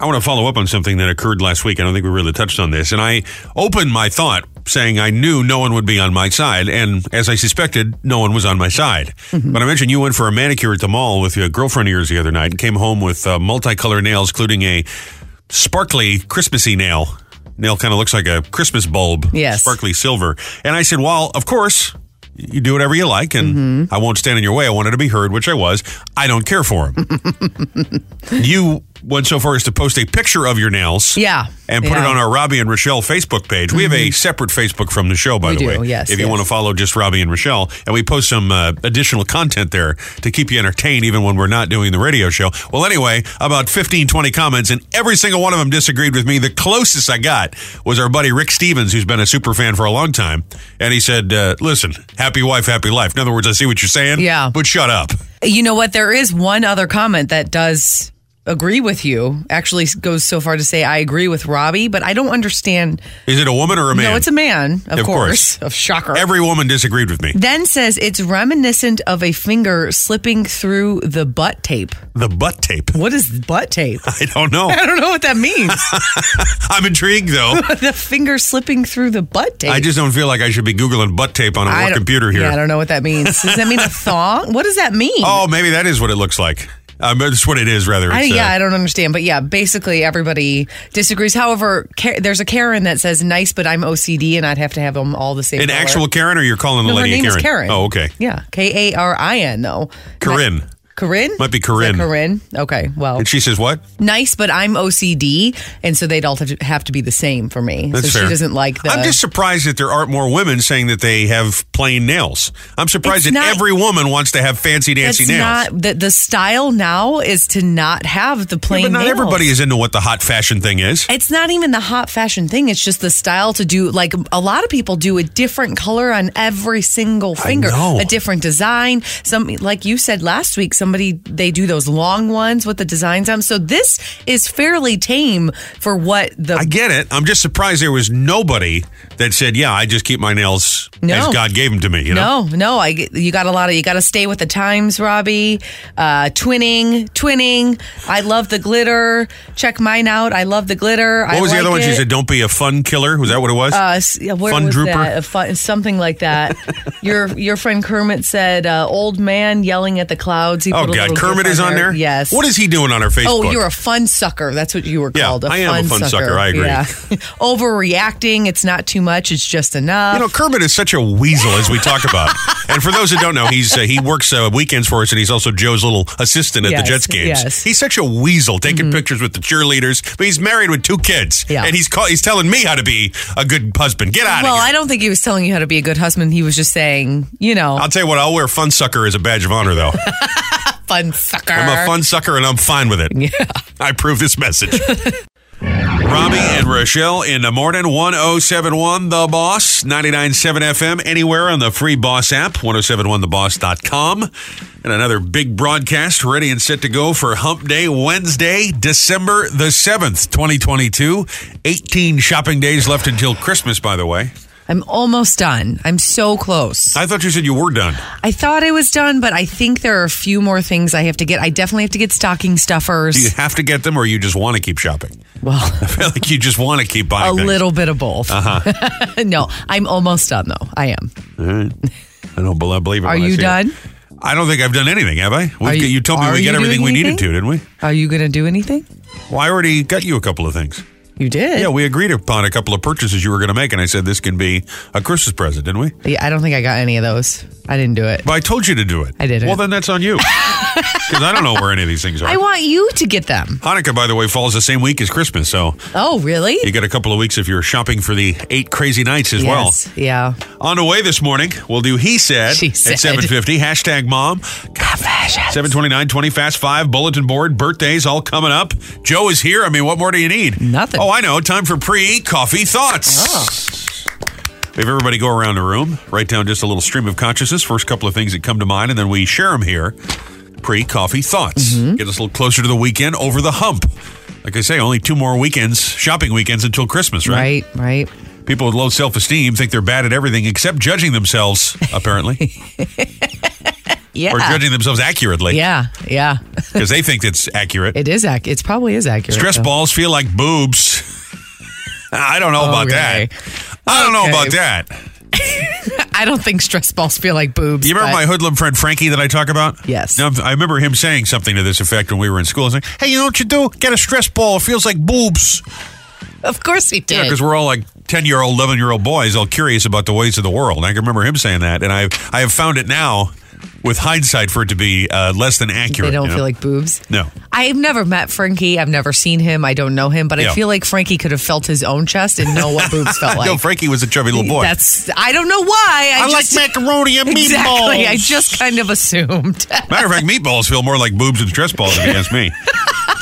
I want to follow up on something that occurred last week. I don't think we really touched on this. And I opened my thought saying I knew no one would be on my side. And as I suspected, no one was on my side. But I mentioned you went for a manicure at the mall with your girlfriend of yours the other night and came home with uh, multicolored nails, including a sparkly Christmassy nail. Nail kind of looks like a Christmas bulb. Yes. Sparkly silver. And I said, well, of course, you do whatever you like and I won't stand in your way. I wanted to be heard, which I was. I don't care for them. you went so far as to post a picture of your nails. Yeah. And put it Yeah. Mm-hmm. on our Robbie and Rochelle Facebook page. We have a separate Facebook from the show, by We the do, way. yes, If you yes. want to follow just Robbie and Rochelle, and we post some uh, additional content there to keep you entertained even when we're not doing the radio show. Well, anyway, about 15, 20 comments, and every single one of them disagreed with me. The closest I got was our buddy Rick Stevens, who's been a super fan for a long time. And he said, uh, Listen, happy wife, happy life. In other words, I see what you're saying, Yeah. but shut up. You know what? There is one other comment that does agree with you. Actually, goes so far to say I agree with Robbie, but I don't understand. Is it a woman or a man? No, it's a man, of, Of course. Of shocker. Every woman disagreed with me. then says it's reminiscent of a finger slipping through the butt tape. The butt tape. What is butt tape? I don't know. I don't know what that means. I'm intrigued though. the finger slipping through the butt tape. I just don't feel like I should be googling butt tape on a I work don't- computer here. Yeah, I don't know what that means. Does that mean a thong? What does that mean? oh, maybe that is what it looks like. Um, that's what it is, rather. I, It's, uh, yeah, I don't understand, but yeah, basically everybody disagrees. However, Ka- there's a Karen that says nice, but I'm OCD and I'd have to have them all the same. an color." actual Karen, or you're calling the No, her lady a name Karen? is Karen. Oh, okay. Yeah, K A R I N though. Corinne. Corinne Might be Is that Corinne. Corinne. Okay. Well, And she says what? nice, but I'm OCD, and so they'd all have to, have to be the same for me. That's so fair. she doesn't like the. I'm just surprised that there aren't more women saying that they have plain nails. I'm surprised It's that not- every woman wants to have fancy dancy it's nails. not the, the style now is to not have the plain. but not nails. everybody is into what the hot fashion thing is. It's not even the hot fashion thing. It's just the style to do. Like a lot of people do a different color on every single finger, know. a different design. Some, like you said last week, somebody they do those long ones with the designs on. 'em. So this is fairly tame for what the. I get it. I'm just surprised there was nobody that said, "Yeah, I just keep my nails No. as God gave them to me." You know. no, no, I get- you got a lot of you got to stay with the times, Robbie. Uh, twinning, twinning. I love the glitter. Check mine out. I love the glitter. What I was the like other one? She it. said, "Don't be a fun killer." Was that what it was? Uh, s- yeah, where Fun was drooper? that? A fun, something like that. your your friend Kermit said, uh, "Old man yelling at the clouds." He oh put a God, little Kermit gif is on there. Yes. What is he doing on our Facebook? Oh, you're a fun sucker. That's what you were Yeah, called. I am a fun sucker. I agree. Yeah. Overreacting. It's not too much. It's just enough. You know, Kermit is such a weasel, as we talk about. and for those that don't know, he's uh, he works uh, weekends for us, and he's also Joe's little assistant at Yes, the Jets games. yes. Mm-hmm. He's such a weasel, taking pictures with the cheerleaders. But he's married with two kids, Yeah. and he's call- he's telling me how to be a good husband. Get out well, of here. I don't think he was telling you how to be a good husband. He was just saying, you know, I'll tell you what, I'll wear fun sucker as a badge of honor, though. fun sucker. I'm a fun sucker and I'm fine with it. Yeah. I prove this message. Robbie and Rochelle in the morning, 1071 The Boss, 997 FM, anywhere on the free Boss app, 1071theboss.com. And another big broadcast ready and set to go for Hump Day Wednesday, December the 7th, 2022. 18 shopping days left until Christmas, by the way. I'm almost done. I'm so close. I thought you said you were done. I thought I was done, but I think there are a few more things I have to get. I definitely have to get stocking stuffers. Do you have to get them or you just want to keep shopping? Well. I feel like you just want to keep buying a things. little bit of both. Uh-huh. no, I'm almost done though. I am. I don't bel- believe it. Are when I you see it. done? I don't think I've done anything, have I? Are We, you, you- told me are we you get everything we doing needed to, anything? didn't we? Are you going to do anything? Well, I already got you a couple of things. You did. Yeah, we agreed upon a couple of purchases you were going to make, and I said this can be a Christmas present, didn't we? Yeah, I don't think I got any of those. I didn't do it. But I told you to do it. I didn't. Well, then that's on you. Because I don't know where any of these things are. I want you to get them. Hanukkah, by the way, falls the same week as Christmas, so Oh, really? you get a couple of weeks if you're shopping for the eight crazy nights as well. Yes. Yeah. On the way this morning, we'll do he said, She at said. 750. Hashtag mom. Confessions. 729, 20 fast five, bulletin board, birthdays all coming up. Joe is here. I mean, what more do you need? Nothing. Oh, I know. Time for pre coffee thoughts. Oh. We have everybody go around the room, write down just a little stream of consciousness, first couple of things that come to mind, and then we share them here. Pre coffee thoughts. Mm-hmm. Get us a little closer to the weekend over the hump. Like I say, only two more weekends, shopping weekends until Christmas, right? Right. Right. People with low self esteem think they're bad at everything except judging themselves, apparently. Yeah. Or judging themselves accurately. Yeah, yeah. Because they think it's accurate. It is ac- It's probably is accurate. Stress though. balls feel like boobs. I don't know about Okay. that. I don't know Okay. about that. I don't think stress balls feel like boobs. You remember but- my hoodlum friend Frankie that I talk about? Yes. Now, I remember him saying something to this effect when we were in school. He's like, hey, you know what you do? Get a stress ball. It feels like boobs. Of course he did. Because we're all like 10 year old, 11 year old boys, all curious about the ways of the world. And I can remember him saying that. And I, I have found it now, with hindsight, for it to be uh, less than accurate. they don't you know? feel like boobs. No. I've never met Frankie. I've never seen him. I don't know him, but Yeah. I feel like Frankie could have felt his own chest and know what boobs felt like. no, Frankie was a chubby little boy. That's I don't know why. I, I just, like macaroni and meatballs. exactly. I just kind of assumed Matter of fact, meatballs feel more like boobs and stress balls, if you ask me.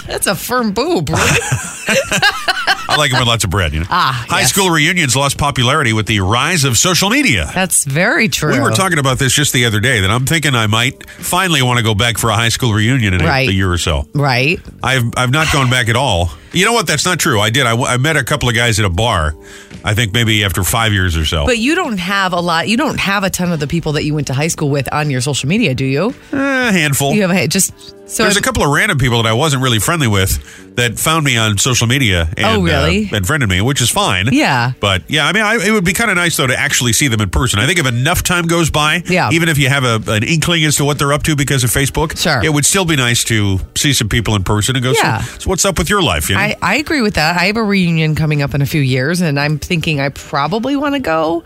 that's a firm boob. Really? I like them with lots of bread, you know. Ah, High yes. school reunions lost popularity with the rise of social media. That's very true. We were talking about this just the other day that I'm thinking I might finally want to go back for a high school reunion in a- Right. a year or so. right. I've I've not gone back at all. You know what? That's not true. I did. I, w- I met a couple of guys at a bar. I think maybe after five years or so. But you don't have a lot. You don't have a ton of the people that you went to high school with on your social media, do you? Eh, a handful. You have a just so There's a if- couple of random people that I wasn't really friendly with that found me on social media and Oh, really? uh, and friended me, which is fine. Yeah. But yeah, I mean, I, it would be kind of nice though to actually see them in person. I think if enough time goes by, Yeah. even if you have a, an inkling as to what they're up to because of Facebook, Sure. it would still be nice to see some people in person and go, so- Yeah. so, what's up with your life? You know? I, I agree with that. I have a reunion coming up in a few years, and I'm thinking I probably want to go.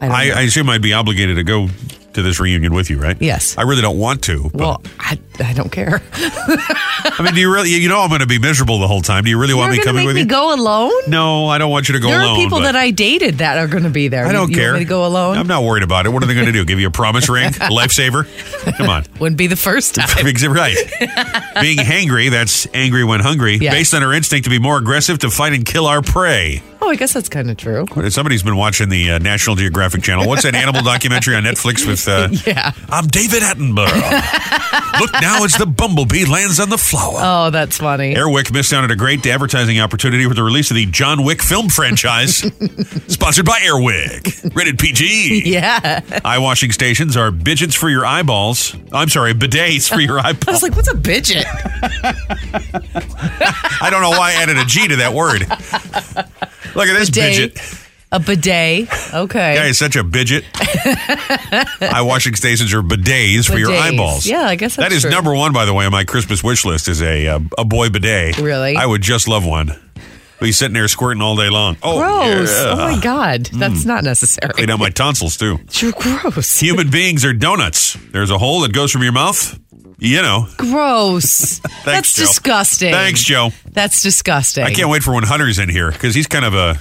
I don't I, know. I assume I'd be obligated to go to this reunion with you, right? Yes. I really don't want to. But, well, I, I don't care. I mean, do you really? You know, I'm going to be miserable the whole time. Do you really want You're me going coming to make with me you? go alone? no, I don't want you to go there alone. are people but that I dated that are going to be there. I You- don't you, care. Want me to go alone? I'm not worried about it. What are they going to do? Give you a promise ring, a lifesaver? Come on. Wouldn't be the first time. Because- right. Being hangry, that's angry when hungry, Yeah. based on our instinct to be more aggressive to fight and kill our prey. oh, I guess that's kind of true. Somebody's been watching the uh, National Geographic Channel. What's that animal documentary on Netflix with? Uh, Yeah. I'm David Attenborough. Look now, it's the bumblebee lands on the flower. Oh, that's funny. Airwick missed out on a great advertising opportunity with the release of the John Wick film franchise, sponsored by Airwick. Rated PG. yeah. Eye washing stations are bidgets for your eyeballs. I'm sorry, bidets for your I eyeballs. was like, what's a bidget? I don't know why I added a G to that word. Look at this Bidet. bidget. A bidet. Okay. Guy is such a bidget. Eye washing stations are bidets for your Bidets. eyeballs. Yeah, I guess that that's is true. number one, by the way, on my Christmas wish list is a uh, a boy bidet. Really? I would just love one. Be sitting there squirting all day long. Oh, Gross. yeah. Hmm. Oh, my God. That's not necessary. Clean out my tonsils too. You're gross. Human beings are donuts. There's a hole that goes from your mouth. You know. Gross. That's Joe. disgusting. Thanks, Joe. That's disgusting. I can't wait for when Hunter's in here because he's kind of a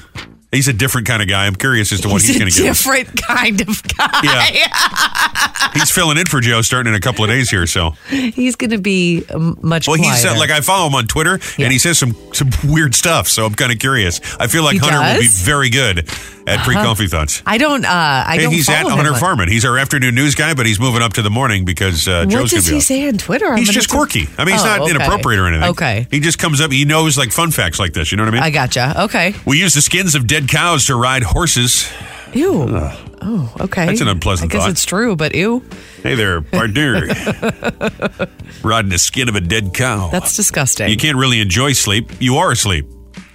he's a different kind of guy. I'm curious as to what He's, he's, a going to give. us. different kind of guy. Yeah. he's filling in for Joe starting in a couple of days here. So He's going to be um, much. Well, he quieter. said like I follow him on Twitter, Yeah. and he says some some weird stuff. So I'm kind of curious. I feel like He Hunter will be does? very good at pre coffee thoughts. I don't. Uh, I Hey, don't. he's at follow him Hunter on- Farman. He's our afternoon news guy, but he's moving up to the morning because uh, What Joe's gonna does be. he off. say on Twitter? I'm He's gonna just have to- quirky. I mean, he's Oh, not okay. inappropriate or anything. Okay. He just comes up. He knows like fun facts like this. You know what I mean? I gotcha. Okay. we use the skins of dead cows to ride horses. Ew. Oh, okay. That's an unpleasant I guess thought. it's true, but ew. Hey there, partner. Riding the skin of a dead cow. That's disgusting. you can't really enjoy sleep. You are asleep.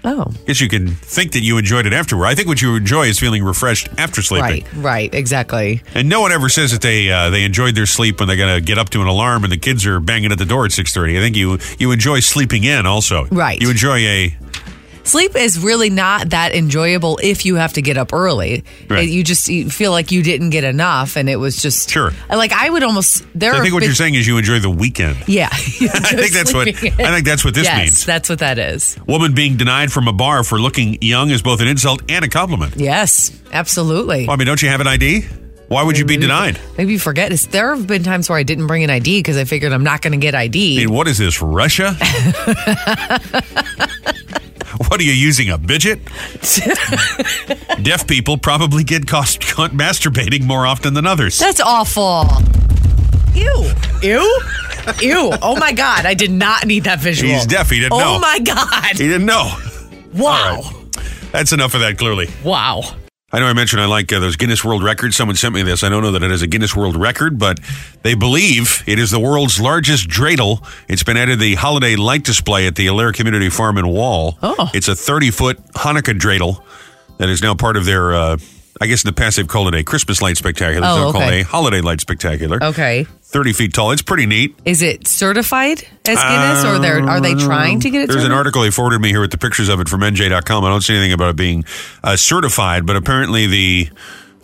oh, guess you can think that you enjoyed it afterward. I think what you enjoy is feeling refreshed after sleeping. right, right, exactly. And no one ever says that they uh, they enjoyed their sleep when they got to get up to an alarm and the kids are banging at the door at six thirty. I think you you enjoy sleeping in also. Right. You enjoy a Sleep is really not that enjoyable if you have to get up early. Right. You just you feel like you didn't get enough, and it was just Sure. Like I would almost there. I are think what big- you're saying is you enjoy the weekend. Yeah, I think that's what I think that's what this yes, means. that's what that is. Woman being denied from a bar for looking young is both an insult and a compliment. Yes, absolutely. Well, I mean, don't you have an ID? Why would you be denied? Maybe you forget. It's, there have been times where I didn't bring an ID because I figured I'm not going to get I ID. mean, what is this, Russia? what are you using, a bidget? Deaf people probably get cost- caught masturbating more often than others. That's awful. Ew. Ew. Ew. Oh my God. I did not need that visual. He's deaf. He didn't oh know. my God. He didn't know. Wow. That's enough of that, clearly. Wow. I know I mentioned I like uh, those Guinness World Records. Someone sent me this. I don't know that it is a Guinness World Record, but they believe it is the world's largest dreidel. It's been added to the holiday light display at the Allaire Community Farm in Wall. Oh. It's a 30 foot Hanukkah dreidel that is now part of their, uh, I guess in the past they've called it a Christmas light spectacular. Oh, They'll call okay. Oh. it a holiday light spectacular. Okay. 30 feet tall. It's pretty neat. Is it certified as Guinness, or they're, are they trying to get it? Um, There's an certified? article he forwarded me here with the pictures of it from NJ.com. I don't see anything about it being uh, certified, but apparently the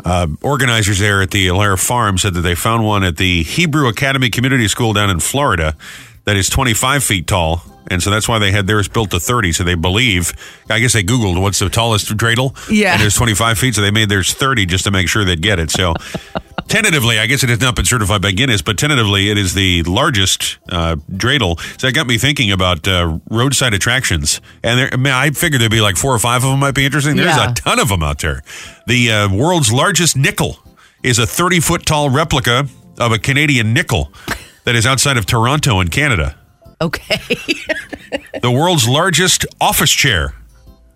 uh, organizers there at the Allaire Farm said that they found one at the Hebrew Academy Community School down in Florida that is 25 feet tall. And so that's why they had theirs built to 30. So they believe, I guess they Googled what's the tallest dreidel. Yeah. And it was 25 feet. So they made theirs 30 just to make sure they'd get it. So tentatively, I guess it has not been certified by Guinness, but tentatively, it is the largest uh, dreidel. So that got me thinking about uh, roadside attractions. And there, I, mean, I figured there'd be like four or five of them might be interesting. There's Yeah. a ton of them out there. The uh, world's largest nickel is a 30 foot tall replica of a Canadian nickel that is outside of Toronto in Canada. Okay. The world's largest office chair.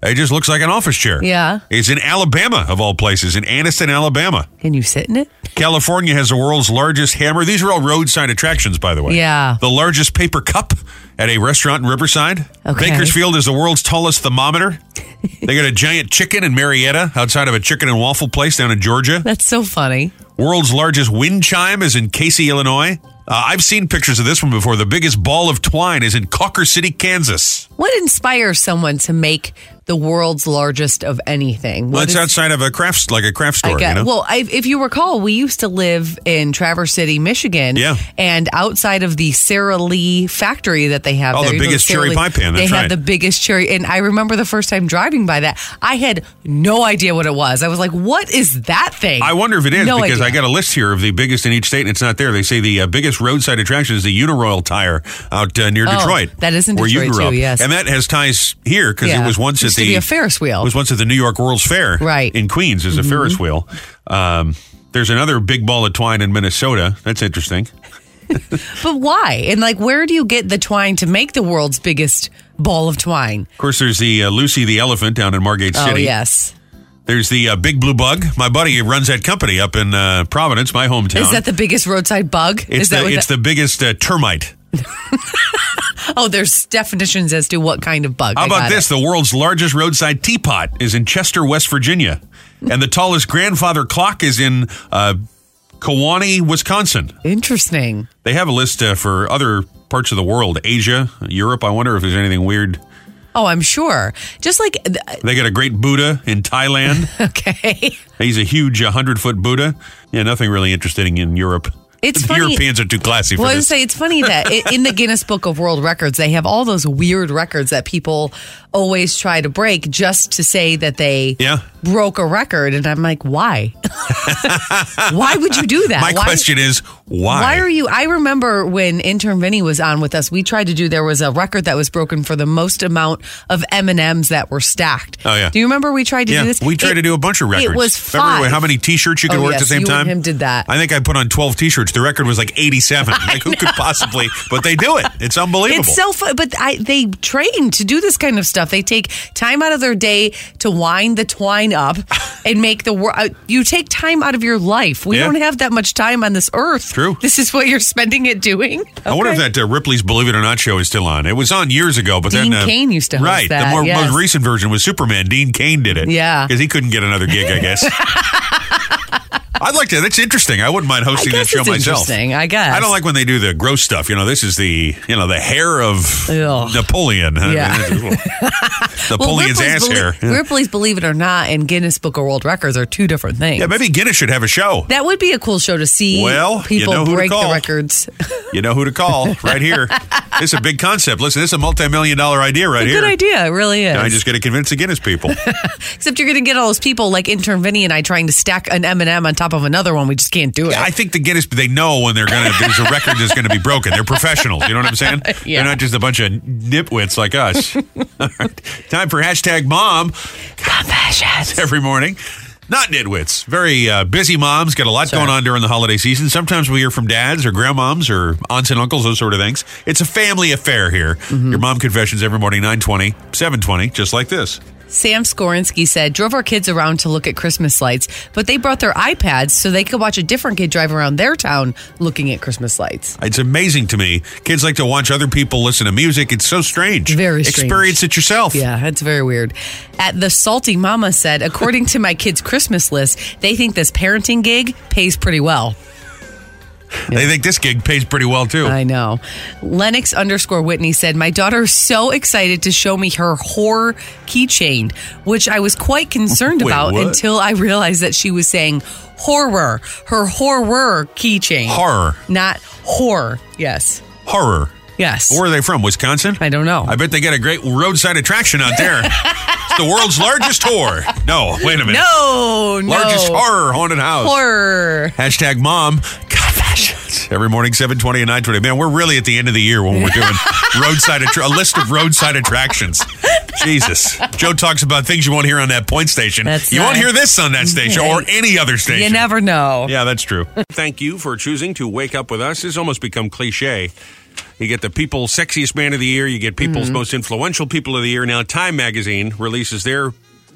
It just looks like an office chair. Yeah. It's in Alabama, of all places, in Anniston, Alabama. Can you sit in it? California has the world's largest hammer. These are all roadside attractions, by the way. Yeah. The largest paper cup at a restaurant in Riverside. Okay. Bakersfield is the world's tallest thermometer. they got a giant chicken in Marietta outside of a chicken and waffle place down in Georgia. That's so funny. World's largest wind chime is in Casey, Illinois. Uh, I've seen pictures of this one before. The biggest ball of twine is in Cocker City, Kansas. What inspires someone to make the world's largest of anything? Well, What it's is- outside of a craft, s- like a craft store. I get- you know? Well, I, if you recall, we used to live in Traverse City, Michigan. Yeah. And outside of the Sara Lee factory that they have Oh, there, the you know, biggest Sara cherry Lee- pie pan, They that's had right. the biggest cherry. And I remember the first time driving by that, I had no idea what it was. I was like, what is that thing? I wonder if it is No because idea. I got a list here of the biggest in each state, and it's not there. They say the uh, biggest roadside attraction is the Uniroyal tire out uh, near Oh, Detroit. that is in where you Detroit, grew too, up. yes. and that has ties here because Yeah. it was once Used at to the be a Ferris wheel. It was once at the New York World's Fair, Right. Mm-hmm. in Queens, is a Ferris wheel. Um, there's another big ball of twine in Minnesota. That's interesting. But why? And like, where do you get the twine to make the world's biggest ball of twine? Of course, there's the uh, Lucy the elephant down in Margate Oh, City. yes. There's the uh, big blue bug. My buddy who runs that company up in uh, Providence, my hometown. Is that the biggest roadside bug? it's Is the that what it's the biggest uh, termite. Oh, there's definitions as to what kind of bug. How I about got it. this? The world's largest roadside teapot is in Chester, West Virginia, and the tallest grandfather clock is in uh, Kewanee, Wisconsin. Interesting. They have a list uh, for other parts of the world, Asia, Europe. I wonder if there's anything weird. Oh, I'm sure. Just like th- They got a great Buddha in Thailand. okay, He's a huge 100 foot Buddha. Yeah, nothing really interesting in Europe. It's the funny- Europeans are too classy for well, I this. was say it's funny that i in the Guinness Book of World Records they have all those weird records that people always try to break just to say that they Yeah. broke a record, and I'm like, why? why would you do that? My why, question is why? Why are you? I remember when intern Vinny was on with us. We tried to do. There was a record that was broken for the most amount of M and M's that were stacked. Oh, yeah. Do you remember we tried to yeah, do this? we tried It- to do a bunch of records. It was Remember five. how many T-shirts you could Oh, wear at the yes, same you and time? him did that. I think I put on twelve T-shirts. The record was like eighty-seven. Like who could possibly? But they do it. It's unbelievable. It's so fun, but I, they train to do this kind of stuff. They take time out of their day to wind the twine up and make the world. You take time out of your life. We Yeah. don't have that much time on this earth. True. This is what you're spending it doing. I wonder if Okay. that uh, Ripley's Believe It or Not show is still on. It was on years ago, but Dean then uh, Cain used to host right. the that, more, yes. most recent version was Superman. Dean Kane did it. Yeah. because he couldn't get another gig. I guess. I'd like to. That's interesting. I wouldn't mind I hosting that guess show it's myself. interesting. I guess I don't like when they do the gross stuff. You know, this is the you know the hair of Ugh. Napoleon. I mean, Yeah. it's- Well, Napoleon's Ripley's ass Belie- hair. Yeah. Ripley's Believe It or Not and Guinness Book of World Records are two different things. Yeah, maybe Guinness should have a show. that would be a cool show to see Well, you people know who to break the call. records. You know who to call right here. This is a big concept. Listen, this is a multi-million dollar idea right here. Good idea. It really is. I just got to convince the Guinness people. Except you're going to get all those people like intern Vinny and I trying to stack an M&M on top of another one. We just can't do it. I think the Guinness they know when they're gonna there's a record that's gonna be broken. They're professionals. You know what I'm saying? Yeah. They're not just a bunch of nipwits like us. All right. Time for hashtag mom Confessions. every morning. Not nitwits. Very uh, busy moms. Got a lot going on during the holiday season. Sometimes we hear from dads or grandmoms or aunts and uncles, those sort of things. Mm-hmm. It's a family affair here. Your mom confessions every morning, 920, 720, just like this. Sam Skorinsky said, drove our kids around to look at Christmas lights, but they brought their iPads so they could watch a different kid drive around their town looking at Christmas lights. It's amazing to me. Kids like to watch other people listen to music. It's so strange. Very strange. Experience it yourself. Yeah, that's very weird. At the Salty Mama said, according to my kids' Christmas list, they think this parenting gig pays pretty well. They think this gig pays pretty well too. I know. Lennox underscore Whitney said, My daughter is so excited to show me her horror keychain, which I was quite concerned Wait, about what? until I realized that she was saying horror, her horror keychain. Horror. Not horror. Yes. Horror. Yes. Where are they from? Wisconsin? I don't know. I bet they got a great roadside attraction out there. it's the world's largest horror. No, wait a minute. no, no. Largest horror haunted house. Horror. Hashtag mom confessions. Every morning, 720 and 920. Man, we're really at the end of the year when we're doing roadside attra- a list of roadside attractions. Jesus. Joe talks about things you won't hear on that point station. That's you won't nice. hear this on that station or any other station. You never know. Yeah, that's true. Thank you for choosing to wake up with us. It's almost become cliche. You get the people's sexiest man of the year, you get people's Mm-hmm. most influential people of the year. Now, Time Magazine releases their.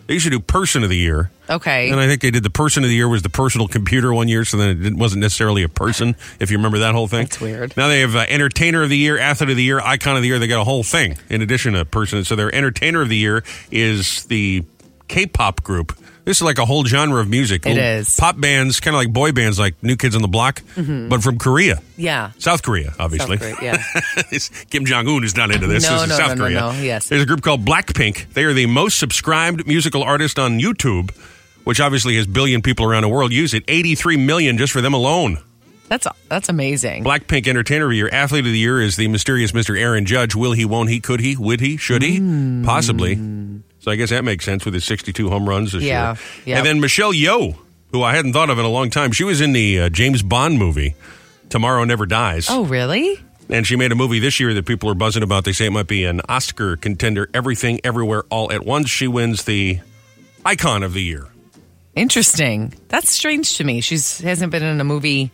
They used to do person of the year. Okay. And I think they did the person of the year was the personal computer one year, so then it didn't- wasn't necessarily a person, if you remember that whole thing. That's weird. Now they have uh, entertainer of the year, athlete of the year, icon of the year. They got a whole thing in addition to person. So their entertainer of the year is the K pop group. This is like a whole genre of music. It L- is. Pop bands, kind of like boy bands, like New Kids on the Block, but from Korea. yeah. South Korea, obviously. South Korea, It's- Kim Jong Un is not into this. No, this is no, South no, no, Korea. no, yes. There's a group called Blackpink. They are the most subscribed musical artist on YouTube, which obviously has billion people around the world use it. 83 million just for them alone. That's that's amazing. Blackpink Entertainer of the Year, Athlete of the Year is the mysterious Mr. Aaron Judge. Will he, won't he, could he, would he, should he? Hmm. Possibly. So I guess that makes sense with his 62 home runs this Yeah, year. yep. And then Michelle Yeoh, who I hadn't thought of in a long time. She was in the uh, James Bond movie, Tomorrow Never Dies. Oh, really? And she made a movie this year that people are buzzing about. They say it might be an Oscar contender, everything, everywhere, all at once. She wins the icon of the year. Interesting. That's strange to me. She's hasn't been in a movie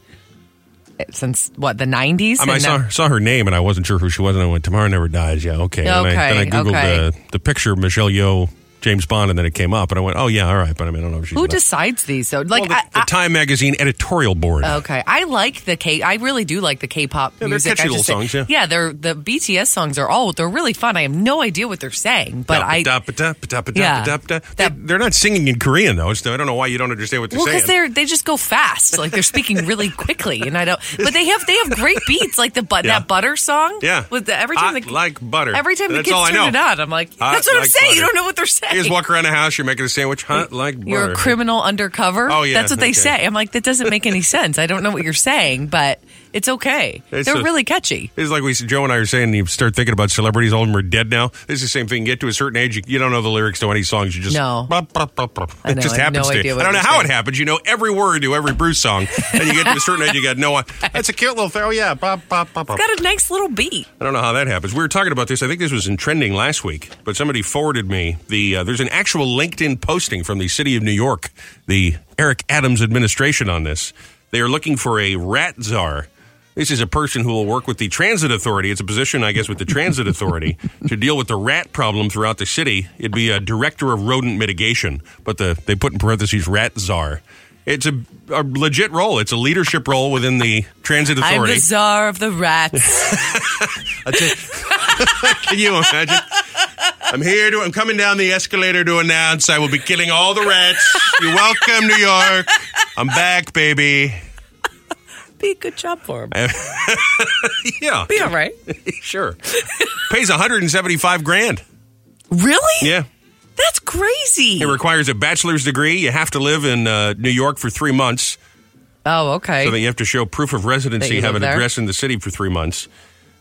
since what the nineties. I, mean, I saw, saw her name and I wasn't sure who she was. And I went, Tomorrow Never Dies. Yeah, okay. And I, then I Okay, Googled okay. the, the picture of Michelle Yeoh, James Bond, and then it came up. And I went, oh, yeah, all right. But I mean, I don't know if she's. who about- decides these though. Like Well, the, I, Oh, the Time Magazine editorial board. I, okay, I like the K. I really do like the K-pop they're music. catchy I little songs, yeah. yeah, they're the BTS songs are all they're really fun. I have no idea what they're saying, but I Da- ba- da- ba- da- ba- da- Yeah. ba- da- ba- da. That- They- They're not singing in Korean, though. So I don't know why you don't understand what they're well because saying. they're they just go fast, like they're speaking really quickly, and I don't. But they have they have great beats, like the but Yeah. that butter song. Yeah. With the, every time Hot the like butter. every time That's the all I kids turn know. it on, I'm like, Hot that's what I'm like saying. You butter. don't know what they're saying. You just walk around the house, you're making a sandwich, hunt like butter. You're a criminal undercover. Oh, yeah, that's what they okay. say. I'm like, that doesn't make any sense. I don't know what you're saying, but it's okay. It's They're a- really catchy. It's like we Joe and I are saying. You start thinking about celebrities; all of them are dead now. It's the same thing. You get to a certain age, you, you don't know the lyrics to any songs. You just No. Blah, blah, blah, blah. I It know, just I have happens no to you. idea what I don't know he's how it saying. happens. You know every word to every Bruce song, and you get to a certain age, you got no. That's a cute little thing. Oh yeah, blah, blah, blah, blah. Got a nice little beat. I don't know how that happens. We were talking about this. I think this was in trending last week, but somebody forwarded me the. Uh, there's an actual LinkedIn posting from the city of New York, the Eric Adams administration on this. They are looking for a rat czar. This is a person who will work with the transit authority. It's a position, I guess, with the transit authority to deal with the rat problem throughout the city. It'd be a director of rodent mitigation, but the they put in parentheses rat czar. It's a, a legit role. It's a leadership role within the transit I'm authority. the czar of the rats. Can you imagine? I'm here to. I'm coming down the escalator to announce I will be killing all the rats. You're welcome, New York. I'm back, baby. Be a good job for him. Yeah, Be all right. sure. Pays 175 grand. Really? Yeah, That's crazy. it requires a bachelor's degree. You have to live in uh, New York for three months, Oh, okay. so that you have to show proof of That residency, you have an live there? address in the city for three months.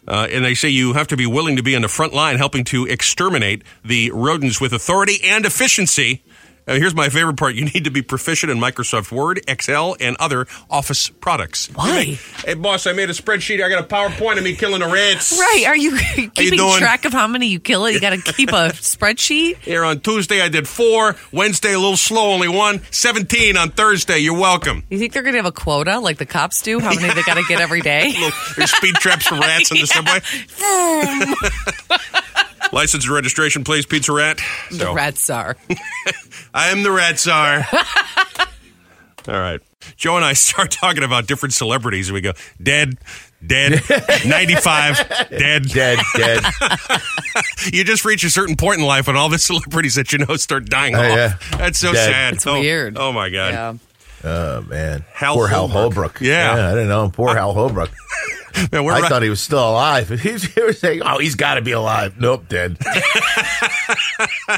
Uh, and they say you have to be willing to be on the front line helping to exterminate the rodents with authority and efficiency. Uh, here's my favorite part. You need to be proficient in Microsoft Word, Excel, and other office products. Why? Hey, boss, I made a spreadsheet. I got a PowerPoint of me killing the rats. Right. Are you keeping doing? track of how many you kill? You got to keep a spreadsheet? Here on Tuesday, I did four. Wednesday, a little slow, only one. 17 on Thursday. You're welcome. You think they're going to have a quota like the cops do? How many they got to get every day? Little- There's speed traps for rats in the subway. License and registration, please, Pizza Rat. The So, rats are. I am the Rat Czar. All right. Joe and I start talking about different celebrities, and we go, dead, dead, 95, dead. Dead, dead. You just reach a certain point in life when all the celebrities that you know start dying Oh, off. yeah. That's so Dead. sad. It's oh, weird. Oh, my God. Yeah. Oh man, Hal poor Hal Holbrook. Holbrook. Yeah. I don't know. Poor Hal Holbrook. Man, we're I right- thought he was still alive. He was saying, "Oh, he's got to be alive." Nope, dead.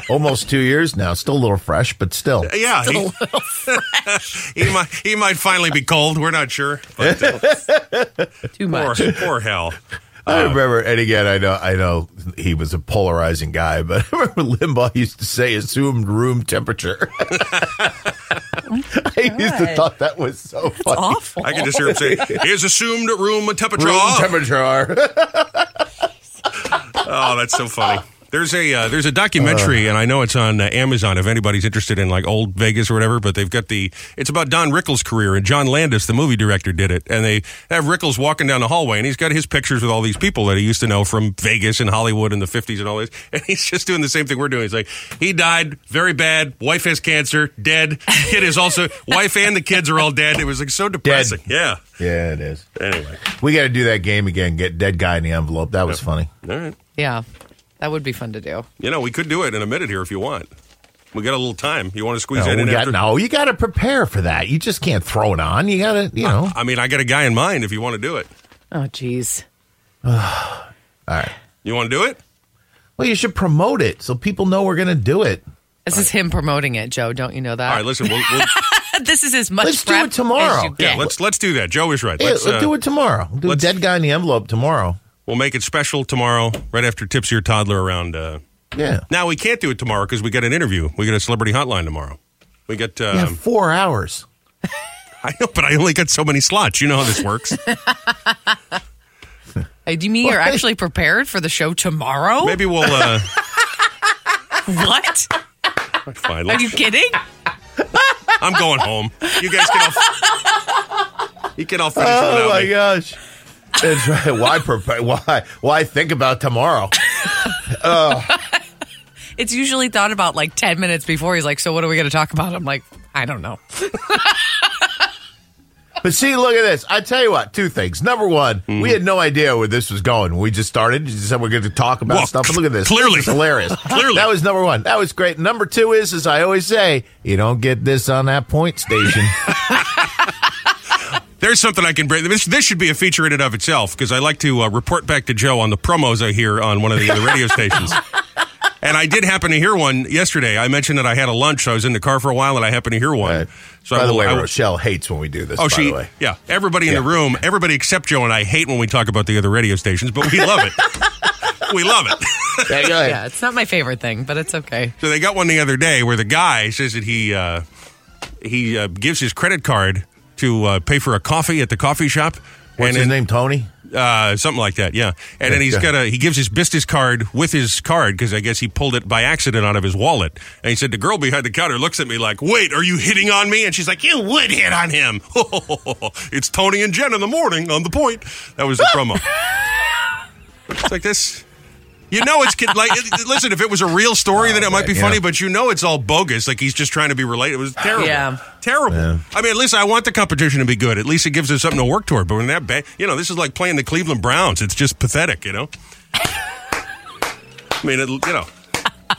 Almost two years now. Still a little fresh, but still. yeah, he, he might he might finally be cold. We're not sure. But uh, poor, Too much. poor Hal. I remember, and again, I know, I know, he was a polarizing guy, but I remember Limbaugh used to say assumed room temperature. I used to God. thought that was so funny. Awful. I can just hear him say, "Here's assumed room temperature." Room temperature. Oh, that's so funny. There's a uh, there's a documentary, and I know it's on uh, Amazon. If anybody's interested in like old Vegas or whatever, but they've got the it's about Don Rickles' career, and John Landis, the movie director, did it. And they have Rickles walking down the hallway, and he's got his pictures with all these people that he used to know from Vegas and Hollywood in the '50s and all this. And he's just doing the same thing we're doing. He's like, he died, very bad. Wife has cancer, dead. Kid is also wife and the kids are all dead. It was like so depressing. Yeah. yeah, it is. Anyway, We got to do that game again. Get dead guy in the envelope. That was funny. all right. yeah. That would be fun to do. You know, we could do it in a minute here if you want. We got a little time. You want to squeeze No, that we in got, after? no, you got to prepare for that. You just can't throw it on. You got to, you know. I mean, I got a guy in mind if you want to do it. Oh, geez. All right. You want to do it? Well, you should promote it so people know we're going to do it. This is him promoting it, Joe. Don't you know that? All right, listen. We'll, we'll, this is as much Let's do prep it tomorrow. as you yeah, get. let's let's do that. Joe is right. Yeah, let's Let's, uh, do it tomorrow. We'll do let's- dead guy in the envelope tomorrow. We'll make it special tomorrow, right after tips your toddler around. Uh, Yeah. now we can't do it tomorrow because we got an interview. We got a celebrity hotline tomorrow. We got. Um, You have four hours. I know, but I only got so many slots. You know how this works. Hey, do you mean you're What? actually prepared for the show tomorrow? Maybe we'll. Uh, What? fine. Are you let's- kidding? I'm going home. You guys get off. You can all Oh finish without me. gosh. That's right. Why prepare? Why? Why think about tomorrow? It's usually thought about like 10 minutes before. He's like, So what are we going to talk about? I'm like, I don't know. But see, look at this. I tell you what. Two things. Number one, Mm-hmm. we had no idea where this was going. We just started. You said we're going to talk about Well, stuff. And look at this. clearly. This is hilarious. Clearly. that was number one. That was great. Number two is, as I always say, you don't get this on that point station. There's something I can bring. This, this should be a feature in and of itself because I like to uh, report back to Joe on the promos I hear on one of the other radio stations. And I did happen to hear one yesterday. I mentioned that I had a lunch. I was in the car for a while, and I happened to hear one. Right. So by I the will- way, I will- Rochelle hates when we do this. Oh, by she, the way. yeah. Everybody in the room, everybody except Joe and I hate when we talk about the other radio stations, but we love it. we love it. Yeah, go ahead. Yeah, it's not my favorite thing, but it's okay. So they got one the other day where the guy says that he uh, he uh, gives his credit card to uh, pay for a coffee at the coffee shop. What's his then- name? Tony. uh, something like that. Yeah, and then he's yeah. got a he gives his business card with his card because I guess he pulled it by accident out of his wallet. And he said the girl behind the counter looks at me like, "Wait, are you hitting on me?" And she's like, "You would hit on him." it's Tony and Jen in the morning on the point. That was the promo. it's like this. You know it's kid- like it- listen. If it was a real story, then it might be yeah. funny. But you know it's all bogus. Like he's just trying to be related. It was terrible. Yeah. Terrible. I mean, at least I want the competition to be good. At least it gives us something to work toward. But when that bad, you know, this is like playing the Cleveland Browns. It's just pathetic, you know? I mean, it, you know,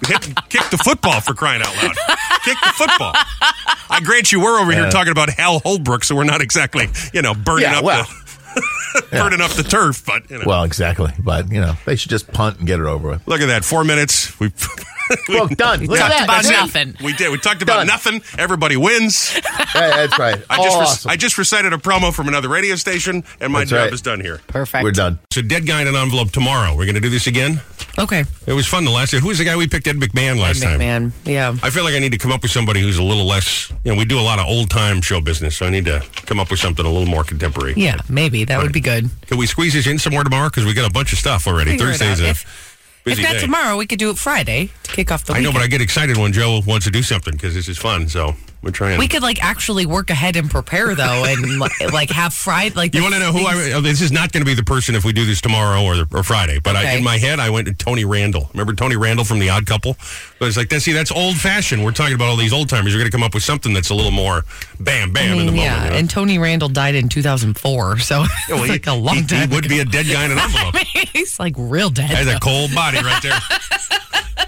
hit, kick the football for crying out loud. Kick the football. I grant you, we're over here talking about Hal Holbrook, so we're not exactly, you know, burning Yeah, up well. the. Burning up the turf, but you know. Well, exactly. But you know, they should just punt and get it over with. look at that. Four minutes. We, we Well, done. Look at talked that. about That's it. nothing. We did. We talked about Done. nothing. Everybody wins. Hey, that's right. I just, All rec- awesome. I just recited a promo from another radio station, and my That's job right. is done here. Perfect. We're done. So, dead guy in an envelope tomorrow. We're going to do this again. Okay. It was fun the last year. Who was the guy we picked? Ed McMahon last time. McMahon. Yeah. I feel like I need to come up with somebody who's a little less. You know, we do a lot of old time show business, so I need to come up with something a little more contemporary. Yeah, maybe. That would be good. Can we squeeze this in somewhere tomorrow? Because we got a bunch of stuff already. Figure it Thursday's out. a If- busy if not day. tomorrow, we could do it Friday to kick off the I know, weekend. but I get excited when Joe wants to do something because this is fun. So We're trying. We could like actually work ahead and prepare though, and li- like have fried like. you the want to know who things- I? oh, This is not going to be the person if we do this tomorrow or, or Friday. But I, Okay. in my head, I went to Tony Randall. Remember Tony Randall from The Odd Couple? But it's like that. See, that's old fashioned. We're talking about all these old timers. You're going to come up with something that's a little more bam, bam I in the mean, moment. yeah, you know? and Tony Randall died in 2004, so it's Yeah, well, like a long he, time. He would be a dead guy in an envelope. He's like real dead. That's a cold body right there.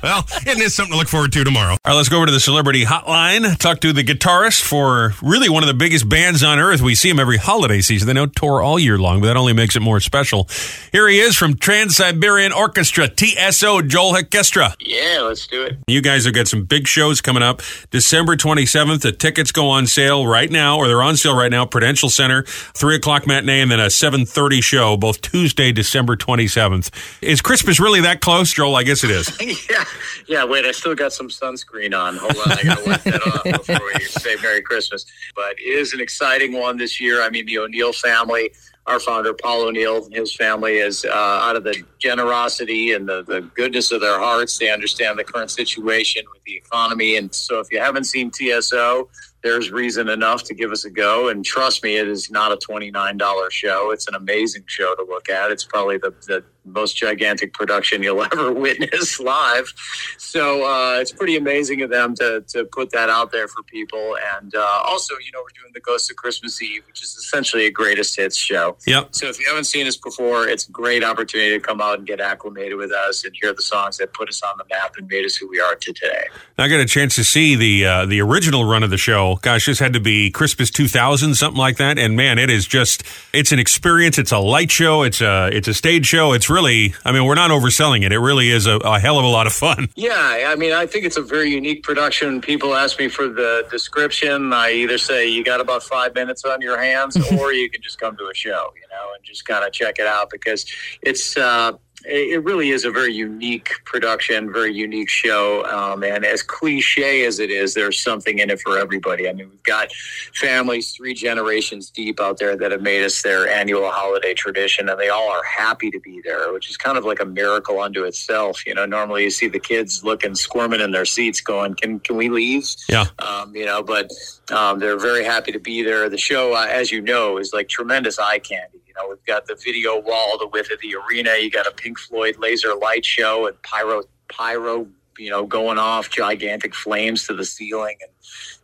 well, it is something to look forward to tomorrow. All right, let's go over to the celebrity hotline. Talk to the guitarist for really one of the biggest bands on earth. We see him every holiday season. They don't tour all year long, but that only makes it more special. Here he is from Trans Siberian Orchestra, TSO Joel Hekestra. Yeah, let's do it. You guys have got some big shows coming up. December 27th, the tickets go on sale right now, or they're on sale right now, Prudential Center, 3 o'clock matinee, and then a 7.30 show, both Tuesday, December 27th. Is Christmas really that close, Joel? I guess it is. yeah, yeah. Wait, I still got some sunscreen on. Hold on, I gotta wipe that off before we say Merry Christmas. But it is an exciting one this year. I mean, the O'Neill family, our founder Paul O'Neill, and his family is uh, out of the generosity and the, the goodness of their hearts. They understand the current situation with the economy, and so if you haven't seen TSO. There's reason enough to give us a go. And trust me, it is not a $29 show. It's an amazing show to look at. It's probably the, the most gigantic production you'll ever witness live. So uh, it's pretty amazing of them to, to put that out there for people. And uh, also, you know, we're doing the Ghost of Christmas Eve, which is essentially a greatest hits show. Yep. So if you haven't seen us before, it's a great opportunity to come out and get acclimated with us and hear the songs that put us on the map and made us who we are today. I got a chance to see the uh, the original run of the show. Gosh, this had to be Christmas 2000, something like that. And man, it is just it's an experience. It's a light show. It's a it's a stage show. It's really I mean, we're not overselling it. It really is a, a hell of a lot of fun. Yeah, I mean, I think it's a very unique production. People ask me for the description. I either say you got about five minutes on your hands, or you can just come to a show, you know, and just kind of check it out because it's. Uh, it it really is a very unique production, very unique show. Um, and as cliche as it is, there's something in it for everybody. I mean, we've got families three generations deep out there that have made us their annual holiday tradition, and they all are happy to be there, which is kind of like a miracle unto itself. You know, normally you see the kids looking squirming in their seats, going, "Can can we leave?" Yeah. um, you know, but um, they're very happy to be there. The show, uh, as you know, is like tremendous eye candy. You know, we've got the video wall, the width of the arena. You got a Pink Floyd laser light show and pyro, pyro, you know, going off, gigantic flames to the ceiling, and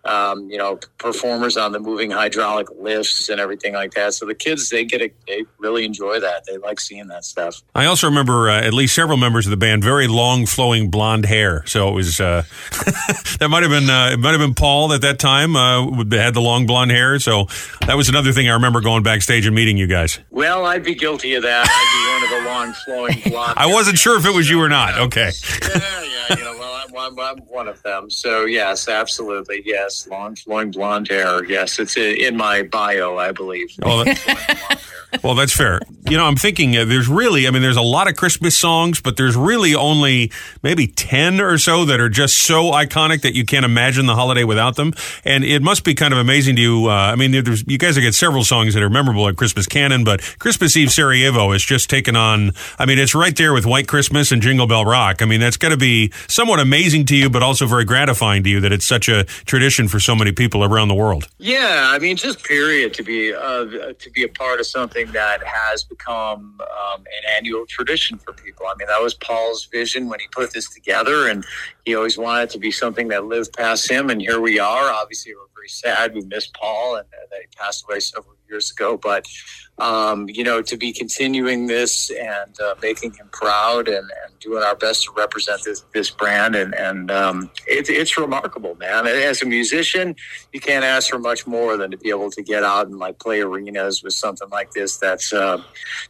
um, you know, performers on the moving hydraulic lifts and everything like that. So the kids, they get, a, they really enjoy that. They like seeing that stuff. I also remember uh, at least several members of the band very long, flowing blonde hair. So it was uh, that might have been uh, it might have been Paul at that time uh, would- had the long blonde hair. So that was another thing I remember going backstage and meeting you guys. Well, I'd be guilty of that. I'd be one of the long flowing blonde. I wasn't sure if it was you or not. Okay. yeah, yeah, you know, well, I'm, I'm, I'm one of them. So yes, absolutely, yes, long flowing blonde hair. Yes, it's i- in my bio, I believe. Well, that- well, that's fair. You know, I'm thinking uh, there's really, I mean, there's a lot of Christmas songs, but there's really only maybe 10 or so that are just so iconic that you can't imagine the holiday without them. And it must be kind of amazing to you. Uh, I mean, there- there's, you guys have got several songs that are memorable at Christmas Canon, but Christmas Eve Sarajevo is just taken on, I mean, it's right there with White Christmas and Jingle Bell Rock. I mean, that's got to be somewhat amazing to you, but also very gratifying to you that it's such a tradition for so many people around the world. Yeah, I mean, just period to be uh, to be a part of something that has become um, an annual tradition for people. I mean, that was Paul's vision when he put this together, and he always wanted it to be something that lived past him. And here we are. Obviously, we're very sad. We miss Paul, and uh, that he passed away several years ago. But um, you know, to be continuing this and uh, making him proud, and, and doing our best to represent this this brand, and and um, it's it's remarkable, man. And As a musician you can't ask for much more than to be able to get out and like play arenas with something like this. That's uh,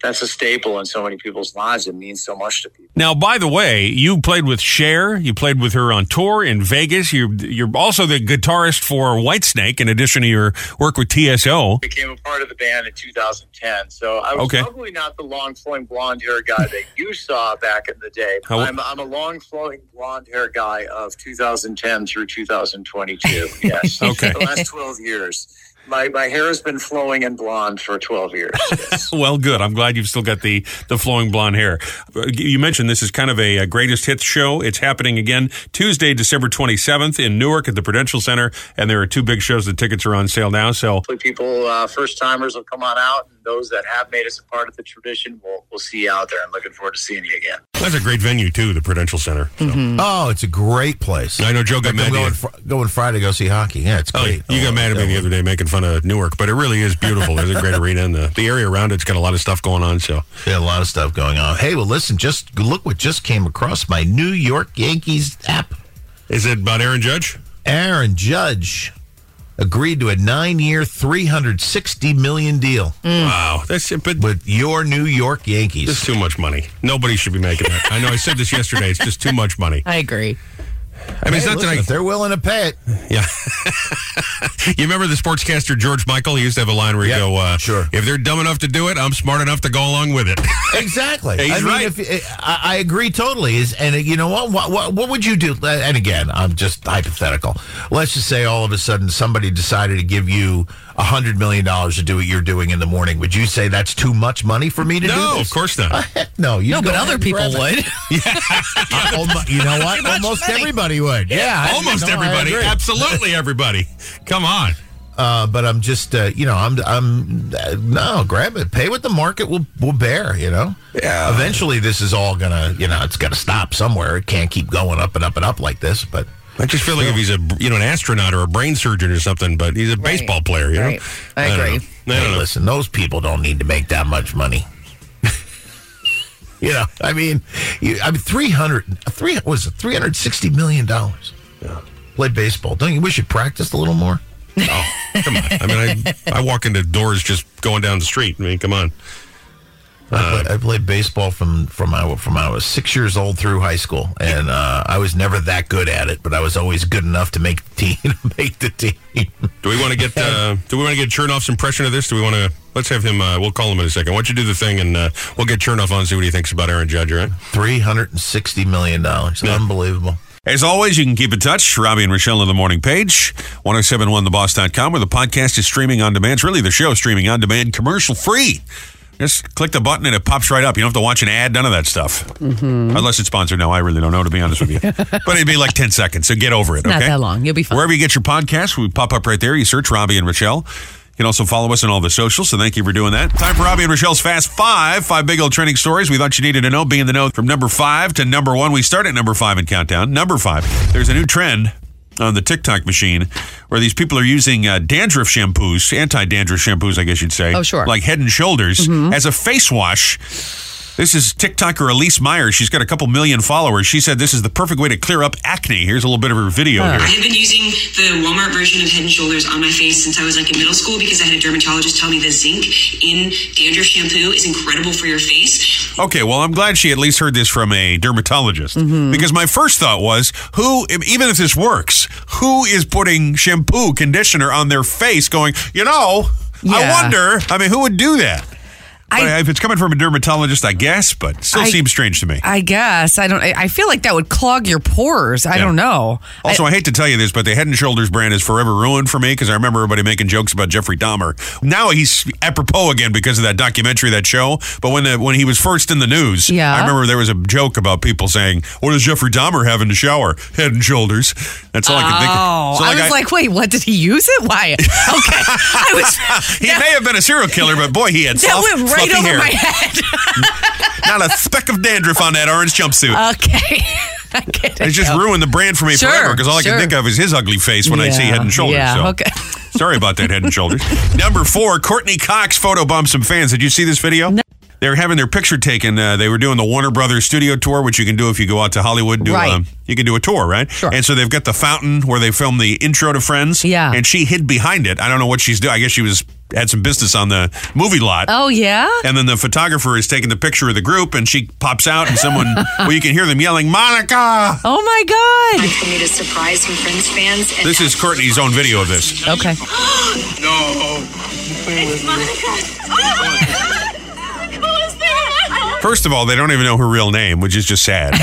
that's a staple in so many people's lives. It means so much to people. Now, by the way, you played with Cher. You played with her on tour in Vegas. You're you're also the guitarist for Whitesnake, in addition to your work with TSO. became a part of the band in 2010. So I was Okay. probably not the long flowing blonde hair guy that you saw back in the day. How- I'm, I'm a long flowing blonde hair guy of 2010 through 2022. Yes. Okay. The last 12 years. My, my hair has been flowing and blonde for 12 years. Yes. Well, good. I'm glad you've still got the the flowing blonde hair. Uh, You mentioned this is kind of a, uh greatest hits show. It's happening again Tuesday, December 27th in Newark at the Prudential Center, and there are two big shows. The tickets are on sale now. So Hopefully, people, uh, first timers, will come on out, and those that have made us a part of the tradition, we'll, we'll see you out there. I'm looking forward to seeing you again. that's a great venue too, the Prudential Center. So. Oh, it's a great place. Mm. I know Joe got I'm mad at going, you. fr- going Friday to go see hockey. Yeah, it's Oh, great. you got mad at me the other day making fun of Newark, but it really is beautiful. There's a great arena, and the, the area around it's got a lot of stuff going on. So Yeah, a lot of stuff going on. Hey, well, listen, just look what just came across my New York Yankees app. is it about Aaron Judge? Aaron Judge agreed to a nine-year, three hundred sixty million deal Mm. Wow, that's but with your New York It's Yankees. too much money. Nobody should be making that. I know I said this yesterday. It's just too much money. I agree. I mean, it's Hey, not listen, if that they're willing to pay it. I. Yeah. you remember the sportscaster George Michael? He used to have a line where he'd Yeah, go, uh, sure. If they're dumb enough to do it, I'm smart enough to go along with it. Exactly. He's I mean, right. If, eh, I, I agree totally. Is and uh, you know what, what? What what would you do? Uh, And again, I'm just hypothetical. Let's just say all of a sudden somebody decided to give you a hundred million dollars to do what you're doing in the morning. Would you say that's too much money for me to do? no, this? of course not. Heck no. You No, but other people would. Almost, Uh, you know what? much Almost money. everybody would. Yeah, I- Almost no, I everybody. agree. Absolutely everybody. Come on. Uh, but I'm just, uh, you know, I'm, I'm, uh, no, grab it, pay what the market will will bear. You know, yeah. Eventually, this is all gonna, you know, it's gonna stop somewhere. It can't keep going up and up and up like this. But I just feel like if he's a you know an astronaut or a brain surgeon or something, but he's a baseball player. You know? Right. I don't agree. know. I don't hey, know. listen, those people don't need to make that much money. you know, I mean, you, I mean, 300, three was it 360 million dollars. Play baseball. Don't you wish you practiced a little more? Come on. I mean, I, I walk into doors just going down the street. I mean, come on. Uh, I, played, I played baseball from from I, from I was six years old through high school, and uh, I was never that good at it, but I was always good enough to make the team. make the team. Do we want to get uh, Do we want to get Chernoff's impression of this? Do we want to Let's have him. Uh, we'll call him in a second. Why don't you do the thing and uh, we'll get Chernoff on and see what he thinks about Aaron Judge. all Right. Three hundred and sixty million dollars, unbelievable. As always, you can keep in touch. Robbie and Rochelle on the morning page, 1071theboss.com, where the podcast is streaming on demand. It's really the show streaming on demand, commercial free. Just click the button and it pops right up. You don't have to watch an ad, none of that stuff. Mm-hmm. Unless it's sponsored. No, I really don't know, to be honest with you. but it'd be like 10 seconds, so get over it. Not okay? that long. You'll be fine. Wherever you get your podcast, we pop up right there. You search Robbie and Rochelle. You can also follow us on all the socials, so thank you for doing that. Time for Robbie and Rochelle's Fast Five. Five big old trending stories we thought you needed to know. Be in the know from number five to number one. We start at number five in Countdown. Number five, there's a new trend on the TikTok machine where these people are using uh, dandruff shampoos, anti dandruff shampoos, I guess you'd say. Oh, sure. Mm-hmm. Like head and shoulders as a face wash. This is TikToker Elise Meyer. She's got a couple million followers. She said this is the perfect way to clear up acne. Here's a little bit of her video here. I have been using the Walmart version of Head and Shoulders on my face since I was like in middle school because I had a dermatologist tell me the zinc in dandruff shampoo is incredible for your face. Okay, well, I'm glad she at least heard this from a dermatologist Mm-hmm. because my first thought was, who, even if this works, who is putting shampoo conditioner on their face? Going, you know, Yeah. I wonder. I mean, who would do that? I- But if it's coming from a dermatologist, I guess, but still I- seems strange to me. I guess I don't. I I feel like that would clog your pores. I Yeah. don't know. Also, I, hate to tell you this, but the Head and Shoulders brand is forever ruined for me because I remember everybody making jokes about Jeffrey Dahmer. Now he's apropos again because of that documentary, that show. But when the, when he was first in the news, Yeah. I remember there was a joke about people saying, "What does Jeffrey Dahmer have in the shower? Head and Shoulders." That's all I can think. Oh, of. So, I was like, wait, what did he use it? Why? Okay, I was. he may have been a serial killer, but boy, he had That soft, went right fluffy over hair. my head. Not a speck of dandruff on that orange jumpsuit. Uh, Okay, I get it. It just now. ruined the brand for me Sure, forever because all I sure. can think of is his ugly face when I see Yeah, Head and Shoulders. yeah, so. okay. Sorry about that, Head and Shoulders. Number four, Courtney Cox photo bombed some fans. Did you see this video? No. They were having their picture taken. Uh, they were doing the Warner Brothers studio tour, which you can do if you go out to Hollywood. Do, Right. um, you can do a tour, right? Sure. And so they've got the fountain where they filmed the intro to Friends. Yeah. And she hid behind it. I don't know what she's doing. I guess she was had some business on the movie lot. Oh yeah. And then the photographer is taking the picture of the group, and she pops out, and someone, well, you can hear them yelling, Monica! Oh my God. We need a surprise from Friends fans. And This is Courtney's own video of this. Okay. No. Monica. Oh my God. Who's there? Oh First of all, they don't even know her real name, which is just sad.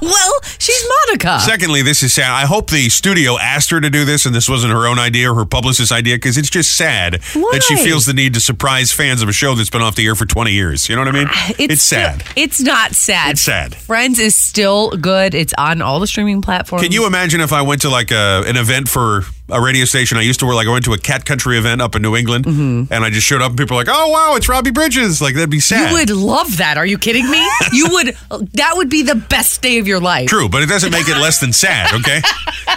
Well, she's Monica. Secondly, this is sad. I hope the studio asked her to do this and this wasn't her own idea or her publicist's idea because it's just sad that she Why? feels the need to surprise fans of a show that's been off the air for 20 years. You know what I mean? It's, sad. still- it's not sad. It's sad. Friends is still good. It's on all the streaming platforms. Can you imagine if I went to like a, an event for a radio station I used to work? Like I went to a cat country event up in New England, Mm-hmm. and I just showed up, and people were like, "Oh wow, it's Robbie Bridges!" Like that'd be sad. You would love that. Are you kidding me? You would. That would be the best day of your life. True, but it doesn't make it less than sad. Okay,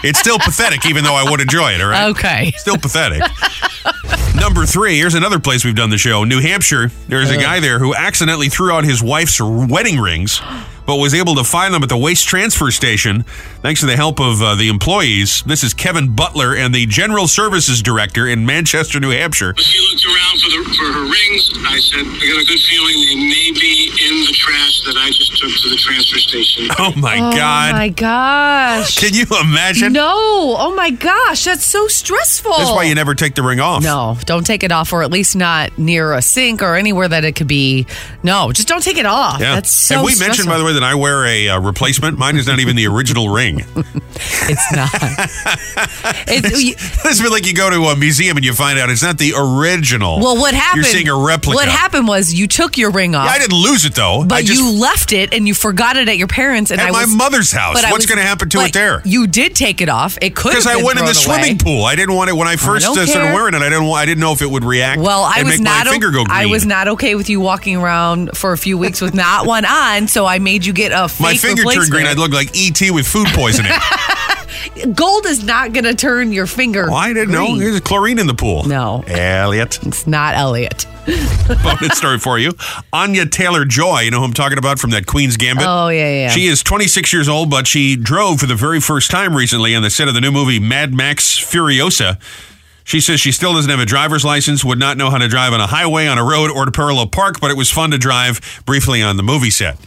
it's still pathetic, even though I would enjoy it. All right. Okay. Still pathetic. Number three, here's another place we've done the show. New Hampshire, there's Uh. a guy there who accidentally threw out his wife's wedding rings, but was able to find them at the waste transfer station thanks to the help of uh, the employees. This is Kevin Butler and the General Services Director in Manchester, New Hampshire. She looked around for, the, for her rings. I said, I got a good feeling they may be in the trash that I just took to the transfer station. Oh my God. Oh my gosh. Can you imagine? No. Oh my gosh. That's so stressful. That's why you never take the ring off. No, don't take it off, or at least not near a sink or anywhere that it could be. No, just don't take it off. Yeah. That's so. Have we mentioned, by the way, that I wear a uh, replacement? Mine is not even the original ring. it's not. it's, you- It's been like you go to a museum and you find out it's not the original. well, what happened? You're seeing a replica. What happened was you took your ring off, I didn't lose it though. I but just, you left it and you forgot it at your parents. And at I my was, mother's house. but I What's was- going to happen to but it there? You did take it off. It could Because have I been went in the thrown away. swimming pool. I didn't want it when I first don't uh, started care. wearing it. I didn't. wa- I didn't know if it would react. Well, I and was make not. My o- finger go green. I was not okay with you walking around for a few weeks with not one on, so I made you get a fake My finger turned green. replacement. I'd look like ET with food poisoning. Gold is not going to turn your finger. well, I didn't know. green. There's chlorine in the pool. No. Elliot. It's not Elliot. Bonus story for you. Anya Taylor Joy. You know who I'm talking about from that Queen's Gambit. Oh yeah, yeah. She is 26 years old, but she drove for the very first time recently on the set of the new movie Mad Max Furiosa. She says she still doesn't have a driver's license, would not know how to drive on a highway, on a road, or to parallel park, but it was fun to drive briefly on the movie set.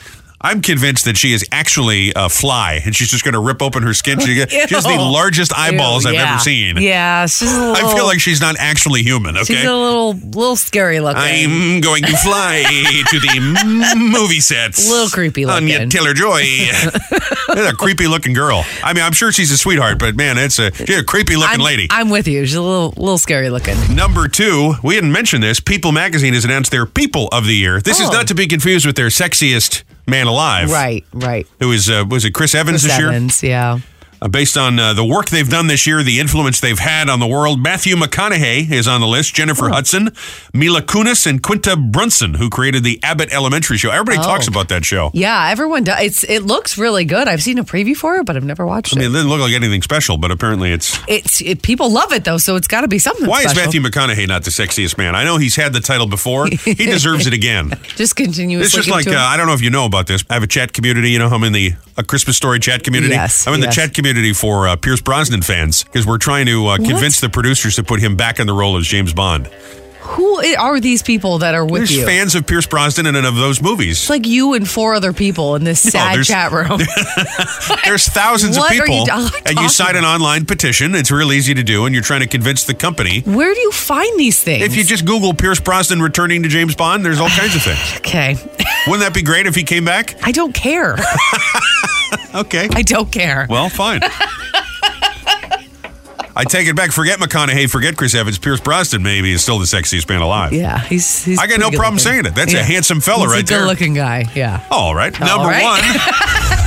I'm convinced that she is actually a fly, and she's just going to rip open her skin. She, she has the Ew. largest eyeballs Ew, I've yeah. ever seen. Yeah, she's a little. I feel like she's not actually human. Okay, she's a little little scary looking. I'm going to fly to the movie sets. Little creepy Anya looking. Taylor Joy. That's a creepy looking girl. I mean, I'm sure she's a sweetheart, but man, it's a she's a creepy looking I'm, lady. I'm with you. She's a little little scary looking. Number two, we didn't mention this. People Magazine has announced their People of the Year. This is Oh. not to be confused with their sexiest man alive. Right, right. Who is uh, was it Chris Evans this year? Sevens, yeah. Uh, based on uh, the work they've done this year, the influence they've had on the world, Matthew McConaughey is on the list, Oh. Jennifer Hudson, Mila Kunis, and Quinta Brunson, who created the Abbott Elementary show. Everybody Oh. talks about that show. Yeah, everyone does. It's it looks really good. I've seen a preview for it, but I've never watched I mean, it. it didn't look like anything special, but apparently it's. It's it, people love it though, so it's got to be something. Why is special. Matthew McConaughey not the sexiest man? I know he's had the title before. He deserves it again. just continuously? It's just like, uh, I don't know if you know about this. I have a chat community. You know, how I'm in the a Christmas Story chat community. Yes, I'm in yes. the chat community for uh, Pierce Brosnan fans because we're trying to uh, convince the producers to put him back in the role as James Bond. who i- are these people that are with uh, There's you? fans of Pierce Brosnan and of those movies. it's like you and four other people in this sad Oh, there's- chat room. There's thousands of What are you people, ta- and you talking sign an online petition. It's real easy to do, and you're trying to convince the company. Where do you find these things? If you just Google Pierce Brosnan returning to James Bond, there's all kinds of things. okay, Wouldn't that be great if he came back? I don't care. Okay. I don't care. Well, fine. I take it back. Forget McConaughey. Forget Chris Evans. Pierce Brosnan maybe is still the sexiest man alive. Yeah, he's. he's I got no pretty problem good-looking. saying it. That's a handsome fella he's right a there. Good-looking guy. Yeah. All right. Number right. one.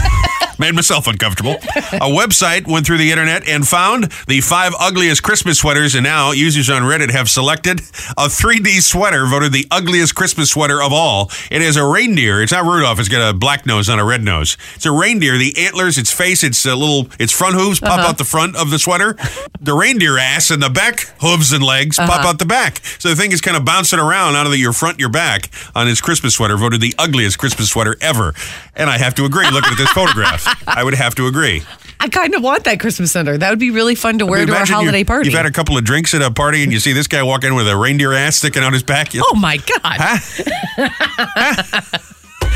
Made myself uncomfortable. A website went through the internet and found the five ugliest Christmas sweaters, and now users on Reddit have selected a 3D sweater voted the ugliest Christmas sweater of all. It is a reindeer. It's not Rudolph. It's got a black nose, not a red nose. It's a reindeer. The antlers, its face, its uh, little, its front hooves pop Uh-huh. out the front of the sweater. The reindeer ass and the back hooves and legs Uh-huh. pop out the back. So the thing is kind of bouncing around out of the, your front, your back on his Christmas sweater, voted the ugliest Christmas sweater ever. And I have to agree. Looking at this photograph, I would have to agree. I kind of want that Christmas center. That would be really fun to wear to a Imagine holiday you, party. You've had a couple of drinks at a party, and you see this guy walk in with a reindeer ass sticking out his back. You- Oh my God.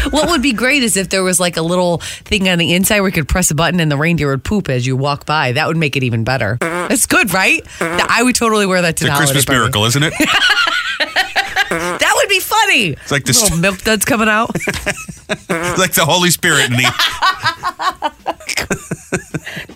what would be great is if there was like a little thing on the inside where you could press a button and the reindeer would poop as you walk by. That would make it even better. That's good, right? Th- I would totally wear that to It's the a holiday Christmas party. miracle, isn't it? That would be funny. It's like this- little milk duds coming out. like the Holy Spirit in the,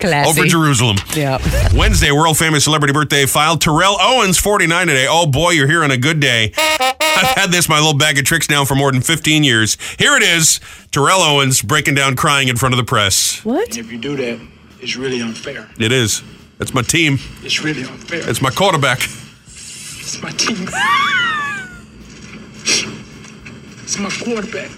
Classy. over Jerusalem. yeah. Wednesday, world famous celebrity birthday file. Terrell Owens, 49 today. Oh boy, you're here on a good day. I've had this, my little bag of tricks now for more than 15 years. Here it is Terrell Owens breaking down crying in front of the press. What? If you do that, it's really unfair. It is. That's my team. It's really unfair. That's my quarterback. It's my team. It's my quarterback.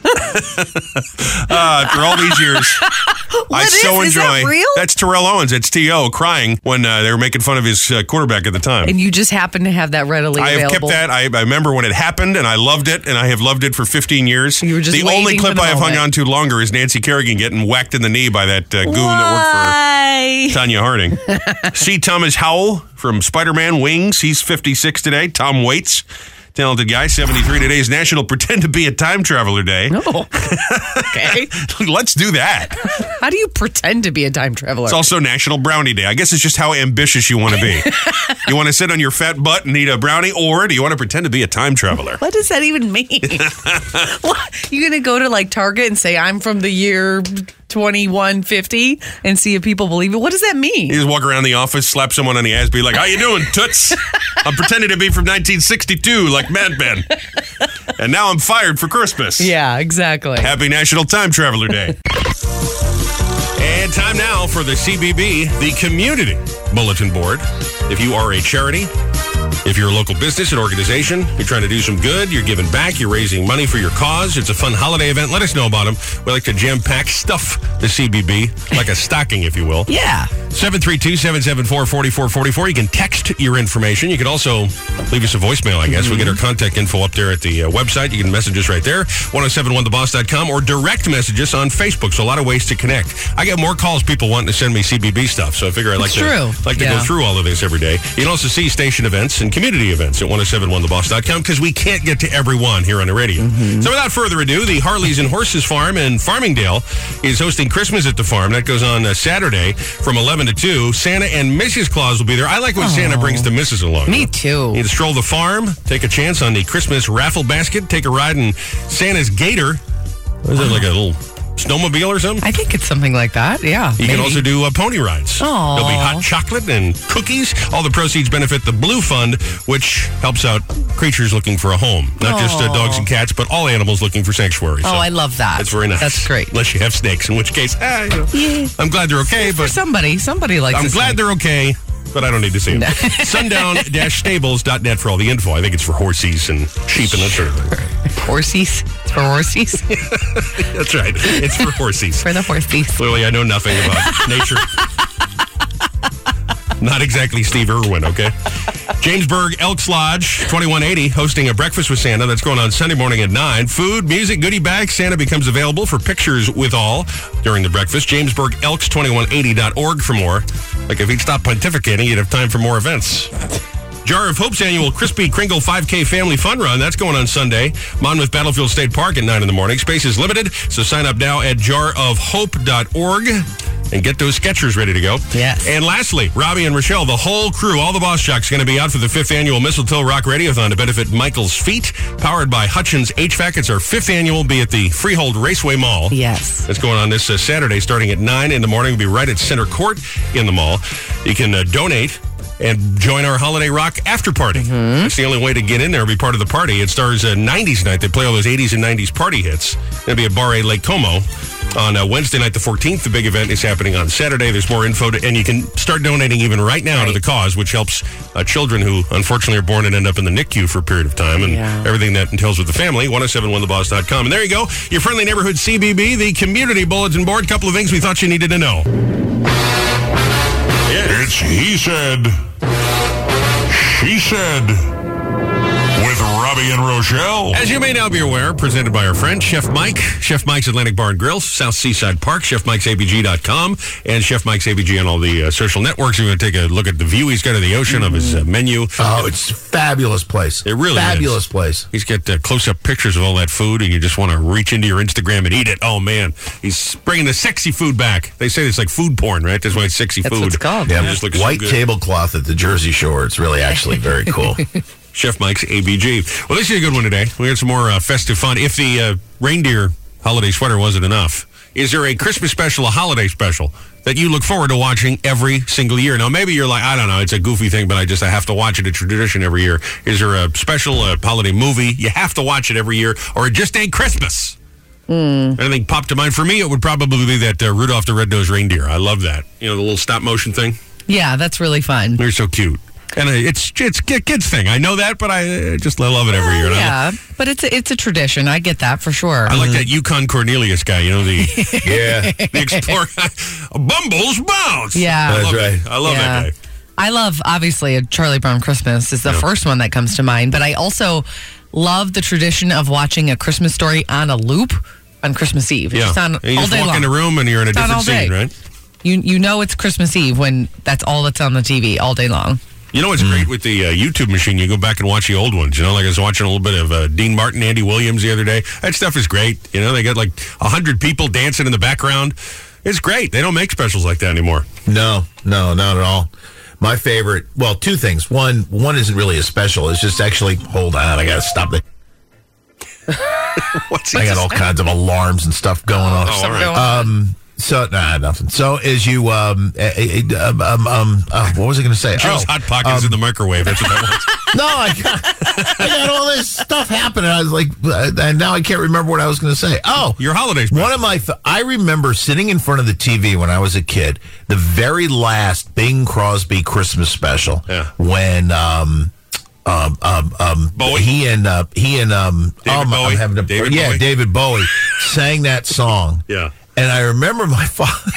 Uh, after all these years, I What is- so enjoy. is that real? That's Terrell Owens. It's T.O. crying when uh, they were making fun of his uh, quarterback at the time. And you just happen to have that readily I have available. kept that. I, I remember when it happened, and I loved it, and I have loved it for 15 years. You were just the only waiting for clip the I have hung moment. on to longer is Nancy Kerrigan getting whacked in the knee by that uh, goon that worked for Tanya Harding. See Thomas Howell from Spider-Man Wings. He's 56 today. Tom Waits, talented guy, 73 today. Is National Pretend to Be a Time Traveler Day. Oh, okay. Let's do that. How do you pretend to be a time traveler? It's also National Brownie Day. I guess it's just how ambitious you want to be. you want to sit on your fat butt and eat a brownie, or do you want to pretend to be a time traveler? what does that even mean? what? You gonna go to like Target and say I'm from the year 2150 and see if people believe it? What does that mean? You just walk around the office, slap someone on the ass, be like, "How you doing, toots? I'm pretending to be from 1962, like Mad Men, and now I'm fired for Christmas." Yeah, exactly. Happy National Time Traveler Day. and time now for the CBB, the Community Bulletin Board. If you are a charity, if you're a local business and organization, you're trying to do some good, you're giving back, you're raising money for your cause, it's a fun holiday event, let us know about them. We like to jam pack stuff the CBB, like a stocking, if you will. Yeah. 732-774-4444. You can text your information. You can also leave us a voicemail, I guess. We get our Mm-hmm. contact info up there at the uh, website. You can message us right there, 1071theboss.com, or direct message us on Facebook. So a lot of ways to connect. I get more calls people wanting to send me CBB stuff, so I figure I like It's to, true. Like to go Yeah. through all of this every day. You can also see station events and community events at 1071theboss.com because we can't get to everyone here on the radio. Mm-hmm. So without further ado, the Harleys and Horses Farm in Farmingdale is hosting Christmas at the farm. That goes on uh, Saturday from 11 to 2. Santa and Mrs. Claus will be there. I like when Santa brings the missus along. Me You too. can stroll the farm, take a chance on the Christmas raffle basket, take a ride in Santa's gator. What is it, like a little snowmobile or something? I think it's something like that. Yeah. You can also do uh, pony rides. Aw. There'll be hot chocolate and cookies. All the proceeds benefit the Blue Fund, which helps out creatures looking for a home. Not just uh, dogs and cats, but all animals looking for sanctuary. Oh, I love that. That's very nice. That's great. Unless you have snakes, in which case, ah, you know, I'm glad they're okay, For but somebody, somebody likes. I'm this glad thing. they're okay, but I don't need to see them. Sundown-stables.net for all the info. I think it's for horses and sheep and that sort of thing. horsies. It's for horsies. That's right. It's for horses. for the horsies. Clearly, I know nothing about nature. Not exactly Steve Irwin, okay? Jamesburg Elks Lodge, 2180, hosting a breakfast with Santa. That's going on Sunday morning at 9. Food, music, goodie bags. Santa becomes available for pictures with all during the breakfast. Jamesburg Elks2180.org for more. Like, if he'd stop pontificating, you'd have time for more events. Jar of Hope's annual Krispy Kringle 5K Family Fun Run. That's going on Sunday. Monmouth Battlefield State Park at 9 in the morning. Space is limited, so sign up now at jarofhope.org and get those sketchers ready to go. Yes. And lastly, Robbie and Rochelle, the whole crew, all the boss jocks, going to be out for the fifth annual Mistletoe Rock Radiothon to benefit Michael's Feet, powered by Hutchins HVAC. It's our fifth annual, be at the Freehold Raceway Mall. Yes. That's going on this uh, Saturday, starting at 9 in the morning. We'll be right at Center Court in the mall. You can uh, donate and join our Holiday Rock after party. That's the only way to get in there and be part of the party. It stars uh, 90s night. They play all those 80s and 90s party hits. It'll be at Bar A Lake Como on uh, Wednesday night, the 14th. The big event is happening on Saturday. There's more info, to, and you can start donating even right now to the cause, which helps uh, children who unfortunately are born and end up in the NICU for a period of time and everything that entails with the family. 1071theboss.com. And there you go, your friendly neighborhood CBB, the community bulletin board. Couple of things we thought you needed to know. It's He Said, She Said, with Robbie and Rochelle. As you may now be aware, presented by our friend Chef Mike, Chef Mike's Atlantic Bar and Grill, South Seaside Park, ChefMike'sABG.com, and Chef Mike's ABG on all the uh, social networks. We're going to take a look at the view he's got of the ocean of his uh, menu. Oh, it's a fabulous place. It really is. fabulous place. He's got uh, close-up pictures of all that food, and you just want to reach into your Instagram and eat it. Oh man, he's bringing the sexy food back. They say it's like food porn, right? That's why it's sexy That's food. what it's called. Yeah, Yeah, it just looks so white good. tablecloth at the Jersey Shore. It's really actually very cool. Chef Mike's ABG. Well, this is a good one today. We got some more uh, festive fun. If the uh, reindeer holiday sweater wasn't enough, is there a Christmas special, a holiday special that you look forward to watching every single year? Now, maybe you're like, I don't know, it's a goofy thing, but I just I have to watch it. It's a tradition every year. Is there a special a holiday movie you have to watch it every year, or it just ain't Christmas? Mm. Anything popped to mind for me? It would probably be that uh, Rudolph the Red-Nosed Reindeer. I love that. You know, the little stop motion thing. Yeah, that's really fun. They're so cute. And uh, it's it's a kids thing. I know that, but I uh, just I love it every year. And I yeah, lo- but it's a, it's a tradition. I get that for sure. I like that Yukon Cornelius guy. You know the yeah the explorer Bumbles Bounce. Yeah. I That's love right. that- I love Yeah. that guy. I love obviously a Charlie Brown Christmas is the Yeah. first one that comes to mind, but I also love the tradition of watching a Christmas story on a loop on Christmas Eve. It's Yeah, just on And you all just day walk long. in the room and you're in a It's on different all day. scene, right? You you know it's Christmas Eve when that's all that's on the TV all day long. You know Mm. what's great with the uh, YouTube machine? You go back and watch the old ones. You know, like I was watching a little bit of uh, Dean Martin, Andy Williams the other day. That stuff is great. You know, they got like hundred people dancing in the background. It's great. They don't make specials like that anymore. No, no, not at all. My favorite, well, two things. One, one isn't really a special. It's just actually, hold on, I got to stop it. What's I got all kinds of alarms and stuff going on. Oh, all right. Um, so nah, nothing. So as you um, eh, eh, um, um, um uh, what was I going to say? Joe's Oh, hot pockets in the microwave. That's what that was. no, I got, I got all this stuff happening. I was like, uh, and now I can't remember what I was going to say. Oh, Your holidays. one of my, f- I remember sitting in front of the TV when I was a kid, the very last Bing Crosby Christmas special. Yeah. When, um, um, um, um, Bowie? he and, uh, he and, um, David oh, my- I'm Bowie? having a, David yeah, Bowie? David Bowie sang that song. Yeah. And I remember my father,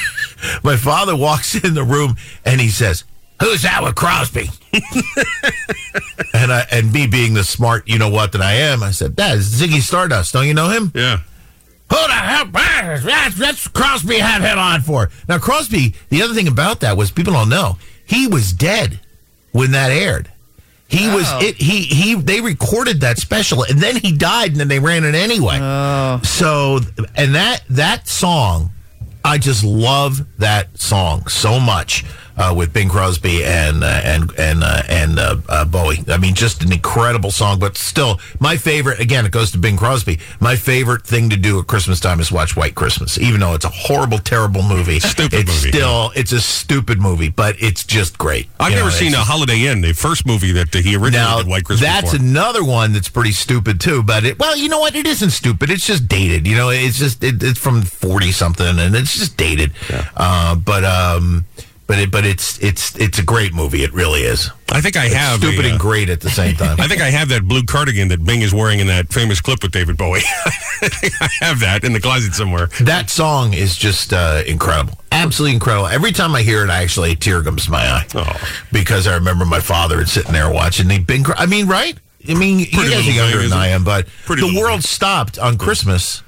my father walks in the room and he says, Who's that with Crosby? and I, and me being the smart, you know what, that I am, I said, That is Ziggy Stardust. Don't you know him? Yeah. Who the hell? That's, that's Crosby had him on for. Now, Crosby, the other thing about that was people don't know, he was dead when that aired. He was it. He he. They recorded that special, and then he died, and then they ran it anyway. So, and that that song, I just love that song so much uh, with Bing Crosby and uh, and and uh, and uh, uh, Bowie. I mean, just an incredible song. But still, my favorite. Again, it goes to Bing Crosby. My favorite thing to do at Christmas time is watch White Christmas, even though it's a horrible, terrible movie. Stupid it's movie, Still, it's a stupid movie, but it's just great. I've You know, never it's seen a just- Holiday Inn, the first movie that uh, he originally now, did White Christmas that's for. another one that's pretty stupid too. But it, well, you know what? It isn't stupid. It's just dated. You know, it's just it, it's from forty something, and it's just dated. Uh, but um, but it, but it's it's it's a great movie. It really is. I think I have Stupid a, uh, and great at the same time. I think I have that blue cardigan that Bing is wearing in that famous clip with David Bowie. I have that in the closet somewhere. that song is just uh, incredible. Absolutely incredible. Every time I hear it, I actually a tear comes to my eye Oh. because I remember my father had sitting there watching the Bing. Cro- I mean, right? I mean, Pretty you guys little are younger thing, than isn't I it? am, but Pretty the little world stopped on Christmas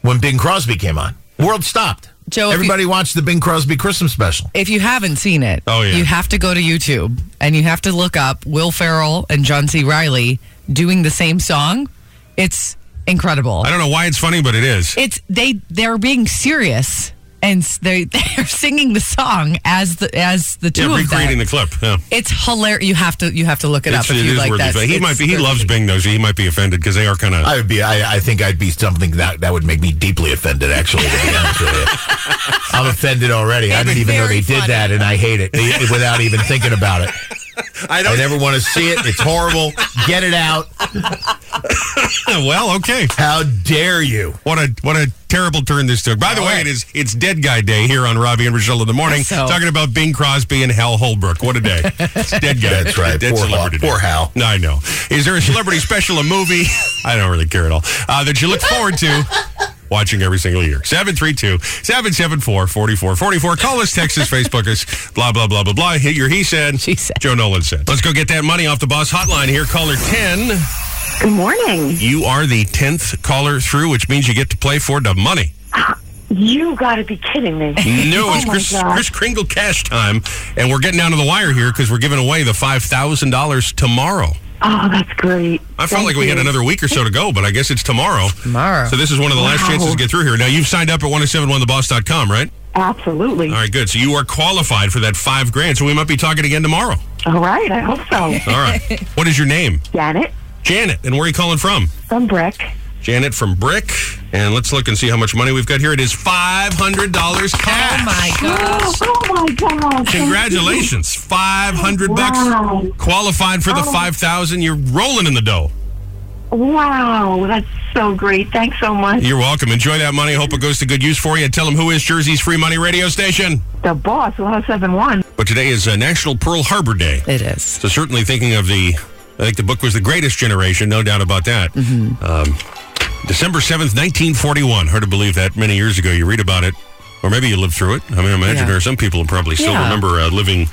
when Bing Crosby came on. World stopped. Joe, if you- everybody watched the Bing Crosby Christmas special. If you haven't seen it, Oh, yeah. you have to go to YouTube and you have to look up Will Ferrell and John C. Riley doing the same song. It's incredible. I don't know why it's funny, but it is. It's they they're being serious and s- they they're singing the song as the as the two Yeah, of them. recreating the clip. Yeah. It's hilarious. You have to you have to look it It's- up if it you is like worth that. it. He It's- might be. He they're- loves Bing though, so he might be offended because they are kind of. I would be. I, I think I'd be something that that would make me deeply offended. Actually, to be honest with you, I'm offended already. I It's didn't even know very they did funny. that, and I hate it e- without even thinking about it. I I never want to see it. It's horrible. Get it out. well, okay. How dare you? What a what a terrible turn this took. By the way, it is it's Dead Guy Day here on Robbie and Rochelle in the morning. So- Talking about Bing Crosby and Hal Holbrook. What a day! It's Dead Guy. That's right. Dead Poor Hal. celebrity. day. Poor Hal. I know. Is there a celebrity special, a movie? I don't really care at all. Uh, that you look forward to watching every single year. 732-774-4444. Call us, text us, Facebook us, blah, blah, blah, blah, blah. Hit your he said. She said. Joe Nolan said. Let's go get that money off the boss hotline here. Caller 10. Good morning. You are the 10th caller through, which means you get to play for the money. You got to be kidding me. No, Oh it's my Chris, God. Chris Kringle cash time, and we're getting down to the wire here because we're giving away the five thousand dollars tomorrow. Oh, that's great. I felt Thank like we had you. another week or so to go, but I guess it's tomorrow. Tomorrow. So this is one of the last Wow. chances to get through here. Now, you've signed up at 1071theboss.com, right? Absolutely. All right, good. So you are qualified for that five grand, so we might be talking again tomorrow. All right. I hope so. All right. what is your name? Janet Janet. And where are you calling from? from Brick. Janet from Brick. And let's look and see how much money we've got here. It is $500 cash. Oh my gosh. Oh, oh my God. Congratulations. 500 bucks. Wow. Qualified for the 5,000. You're rolling in the dough. Wow. That's so great. Thanks so much. You're welcome. Enjoy that money. Hope it goes to good use for you. And tell them who is Jersey's Free Money Radio Station. The boss, 1071. But today is uh, National Pearl Harbor Day. It is. So certainly thinking of the, I think the book was The Greatest Generation, no doubt about that. Mm-hmm. Um, December 7th, 1941. Hard to believe that many years ago. You read about it, or maybe you lived through it. I mean, I imagine Yeah. there are some people who probably still Yeah. remember uh, living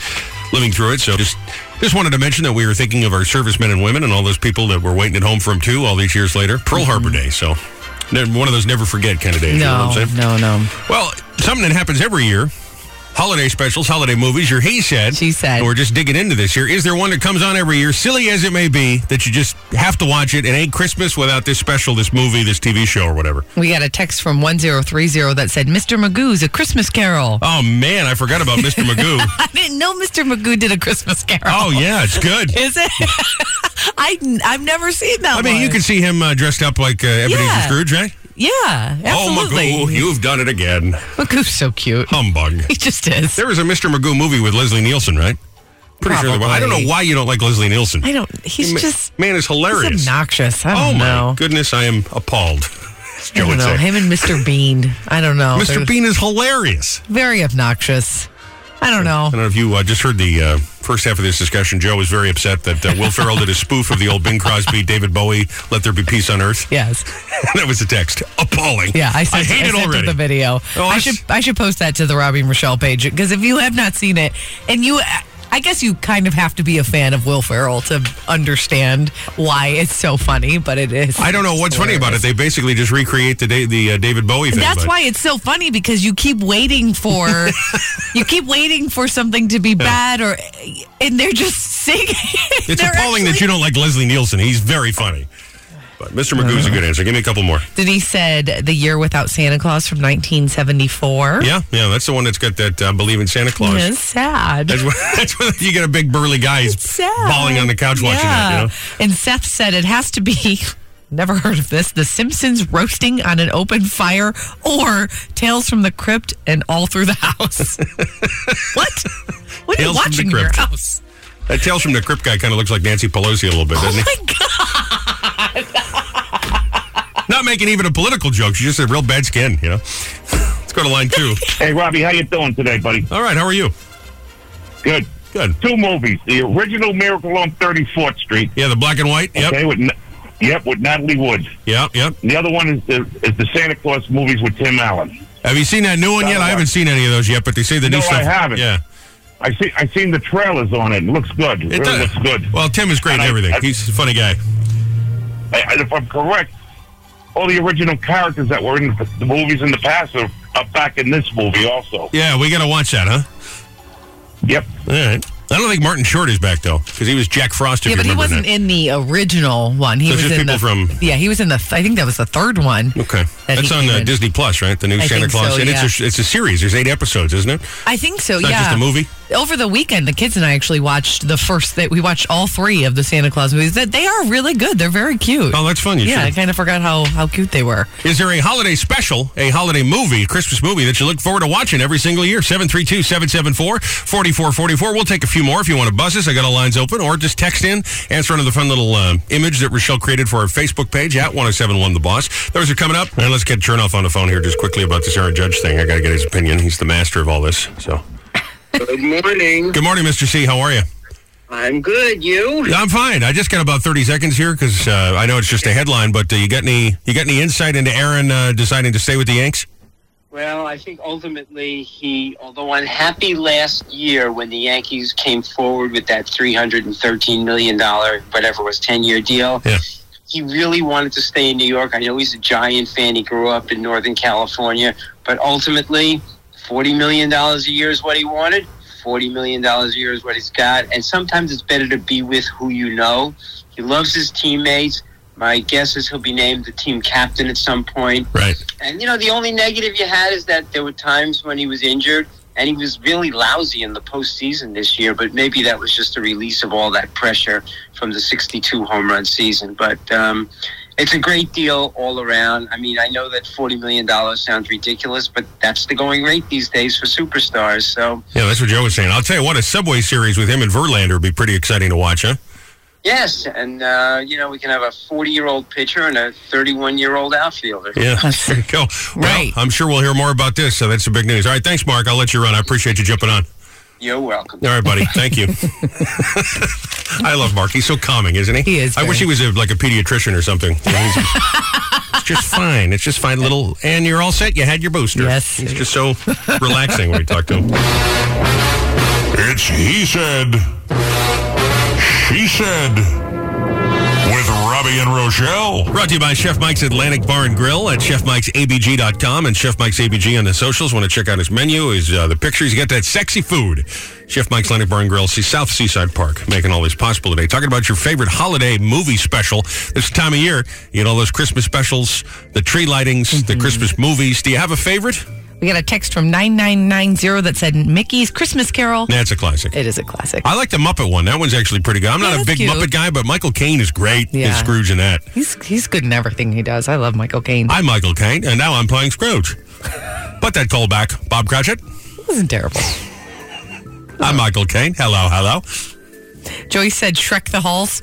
living through it. So just just wanted to mention that we were thinking of our servicemen and women and all those people that were waiting at home from too all these years later. Pearl Harbor Day. So ne- one of those never forget kind of days. you know what I'm Mm-hmm. No, saying? no, no. Well, something that happens every year. Holiday specials, holiday movies, your he said. She said. And We're just digging into this here. Is there one that comes on every year, silly as it may be, that you just have to watch it? It ain't Christmas without this special, this movie, this TV show, or whatever. We got a text from 1030 that said, Mr. Magoo's A Christmas Carol. Oh, man, I forgot about Mr. Magoo. I didn't know Mr. Magoo did A Christmas Carol. Oh, yeah, it's good. Is it? I, I've never seen that I mean, one. you can see him uh, dressed up like uh, Ebenezer Yeah. Scrooge, right? Yeah, absolutely. Oh, Magoo, you've done it again. Magoo's so cute. Humbug. He just is. There was a Mr. Magoo movie with Leslie Nielsen, right? Pretty sure there was. I don't know Probably. why you don't like Leslie Nielsen. I don't, he's Ma- just man is he's hilarious. obnoxious. I Oh don't my know. goodness, I am appalled. as I Joe don't would know. say. Him and Mr. Bean. I don't know. Mr. They're Bean is hilarious. Very obnoxious. I don't know. I don't know if you uh, just heard the uh, first half of this discussion. Joe was very upset that uh, Will Ferrell did a spoof of the old Bing Crosby, David Bowie, "Let There Be Peace on Earth." Yes. that was the text. Appalling. Yeah, I sent, I hate I it sent her already. the video. Oh, I that's- should I should post that to the Robbie and Rochelle page because if you have not seen it, and you, I guess you kind of have to be a fan of Will Ferrell to understand why it's so funny, but it is. I don't know what's funny about it. They basically just recreate the da- the uh, David Bowie thing. That's but- why it's so funny because you keep waiting for you keep waiting for something to be bad or and they're just singing. it's appalling that you don't like Leslie Nielsen. He's very funny. But Mr. Magoo's a good answer. Give me a couple more. Then he said the year without Santa Claus from 1974. Yeah, yeah, that's the one that's got that uh, "Believe in Santa Claus." It's sad. That's when, that's when you get a big burly guy who's sad. bawling on the couch watching that. You know? And Seth said it has to be. Never heard of this. The Simpsons roasting on an open fire, or Tales from the Crypt and all through the house. what? What are you Tales from the watching in your Crypt. house? That Tales from the Crypt guy kind of looks like Nancy Pelosi a little bit, doesn't My God, he? Not making even a political joke. She just had real bad skin, you know? Let's go to line two. Hey, Robbie, how you doing today, buddy? All right, how are you? Good. Good. Two movies: the original Miracle on 34th Street. Yeah, the black and white. Yep. Okay, with Na- yep with Natalie Woods. Yep, yep. And the other one is the is the Santa Claus movies with Tim Allen. Have you seen that new one Black yet? and I haven't white. seen any of those yet, but they say the No, new I stuff. haven't. Yeah. I see. I seen the trailers on it. It looks good. It, It really does- looks good. Well, Tim is great and And I- everything. I- He's a funny guy. I- I- if I'm correct, all the original characters that were in the, the movies in the past are, are back in this movie also. Yeah, we got to watch that, huh? Yep. All right. I don't think Martin Short is back, though, because he was Jack Frost, if yeah, you but he remember wasn't that. in the original one. He So it's was just in the people from- yeah, he was in the I think that was the third one. Okay, that that's he on came uh, in. Disney Plus, right? The new I Santa think Claus, so, and it's a, yeah. it's a series. There's eight episodes, isn't it? I think so. It's not yeah, just a movie? Over the weekend, the kids and I actually watched the first that we watched all three of the Santa Claus movies. That they are really good. They're very cute. Oh, that's fun. You yeah, should- I kind of forgot how how cute they were. Is there a holiday special, a holiday movie, a Christmas movie that you look forward to watching every single year? 732 774 4444. We'll take a few more if you want to buzz us. I got all lines open, or just text in, answer under the fun little uh, image that Rochelle created for our Facebook page at 1071 The Boss. Those are coming up. And let's get Chernoff on the phone here just quickly about this Aaron Judge thing. I got to get his opinion. He's the master of all this. So, Good morning. Good morning, Mr. C. How are you? I'm good. You? Yeah, I'm fine. I just got about 30 seconds here because uh, I know it's just a headline, but uh, you got any you got any insight into Aaron uh, deciding to stay with the Yanks? Well, I think ultimately he, although unhappy last year when the Yankees came forward with that $313 million, whatever it was, 10 year deal, Yeah. he really wanted to stay in New York. I know he's a Giant fan. He grew up in Northern California, but ultimately, $40 million a year is what he wanted. forty million dollars a year is what he's got, and sometimes it's better to be with who you know. He loves his teammates. My guess is he'll be named the team captain at some point. Right. And you know, the only negative you had is that there were times when he was injured and he was really lousy in the postseason this year. But maybe that was just a release of all that pressure from the 62 home run season. But um, it's a great deal all around. I mean, I know that 40 million dollars sounds ridiculous, but that's the going rate these days for superstars. So Yeah, that's what Joe was saying. I'll tell you what, a Subway series with him and Verlander would be pretty exciting to watch, huh? yes, and uh, you know we can have a 40 year old pitcher and a 31 year old outfielder. Yeah, there you go. Well, I'm sure we'll hear more about this, so that's the big news. All right, thanks, Mark. I'll let you run. I appreciate you jumping on. You're welcome. All right, buddy. Thank you. I love Mark. He's so calming, isn't he? He is I wish he very. was a, like a pediatrician or something. You know, he's- it's just fine. It's just fine. Little, and you're all set. You had your booster. Yes. It's just so relaxing when you talk to him. It's He Said, She Said, with Robbie and Rochelle. Oh, Brought to you by Chef Mike's Atlantic Bar and Grill at chefmikesabg.com and Chef Mike's ABG on the socials. Want to check out his menu, his uh, the pictures. You got that sexy food. Chef Mike's Atlantic Bar and Grill, see South Seaside Park, making all this possible today. Talking about your favorite holiday movie special this time of year. You know those Christmas specials, the tree lightings, the Mm-hmm. Christmas movies. Do you have a favorite? We got a text from 9990 that said Mickey's Christmas Carol. That's a classic. It is a classic. I like the Muppet one. That one's actually pretty good. I'm not Yeah, a that's big cute. Muppet guy, but Michael Caine is great Yeah. as Scrooge in that. He's he's good in everything he does. I love Michael Caine. I'm Michael Caine, and now I'm playing Scrooge. but that callback, Bob Cratchit. wasn't terrible. I'm Michael Caine. Hello, hello. Joyce said Shrek the Halls.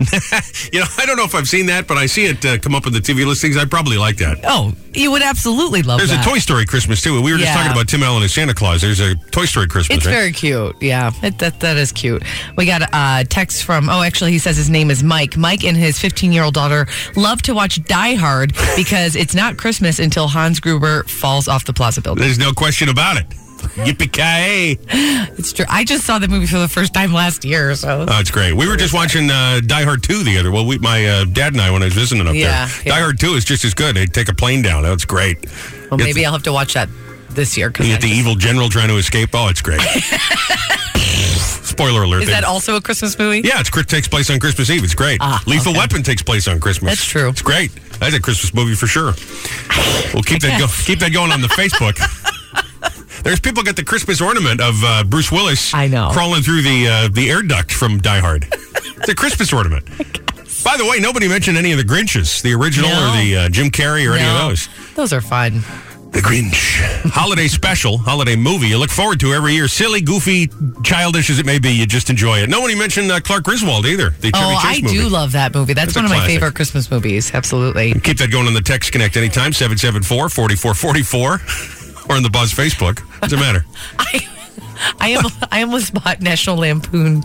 You know, I don't know if I've seen that, but I see it uh, come up in the TV listings. I probably like that. oh, you would absolutely love There's that. a Toy Story Christmas too. We were just Yeah. talking about Tim Allen and Santa Claus. There's a Toy Story Christmas. It's right? very cute. Yeah, it, that that is cute. We got a text from. Oh, actually, he says his name is Mike. Mike and his 15 year old daughter love to watch Die Hard because it's not Christmas until Hans Gruber falls off the Plaza building. There's no question about it. Yippee ki It's true. I just saw the movie for the first time last year, so Oh, it's great. We were just watching uh, Die Hard 2 the other. Well, we, my uh, dad and I when I was visiting up Yeah, there. yeah. Die Hard 2 is just as good. They take a plane down. That's great. well, It's- maybe I'll have to watch that this year. You Cause get the evil general trying to escape. Oh, it's great. Spoiler alert. is that also a Christmas movie? Yeah, it's, it takes place on Christmas Eve. It's great. Ah, Lethal okay. Weapon takes place on Christmas. That's true. It's great. That's a Christmas movie for sure. We'll keep that go- keep that going on the Facebook. There's people get the Christmas ornament of uh, Bruce Willis. I know crawling through the uh, the air duct from Die Hard. it's a Christmas ornament. By the way, nobody mentioned any of the Grinches, the original No. or the uh, Jim Carrey or any of No. those. Those are fun. The Grinch. holiday special, holiday movie you look forward to every year. Silly, goofy, childish as it may be, you just enjoy it. Nobody mentioned uh, Clark Griswold either. The Chevy oh, Chase I movie. do love that movie. That's, That's a one of my classic. favorite Christmas movies. Absolutely. Keep that going on the text connect anytime, 774 4444, or on the Buzz Facebook. Doesn't matter. I am I almost bought National Lampoon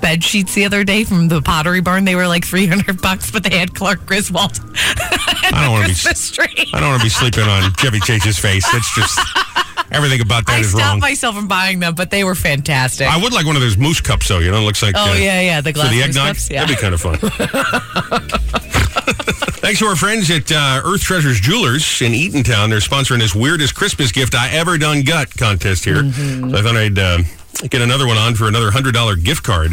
bed sheets the other day from the Pottery Barn. They were like three hundred bucks, but they had Clark Griswold on I don't the want to be. Christmas tree. I don't want to be sleeping on Chevy Chase's face. That's just everything about that I is stopped wrong. myself from buying them, but they were fantastic. I would like one of those moose cups, though. You know, it looks like. uh, Oh, yeah, yeah, the for glass the moose eggnog. cups, yeah. That'd be kind of fun. Thanks to our friends at uh, Earth Treasures Jewelers in Eatontown. They're sponsoring this weirdest Christmas gift I ever done gut contest here. Mm-hmm. So I thought I'd uh, get another one on for another hundred dollar gift card.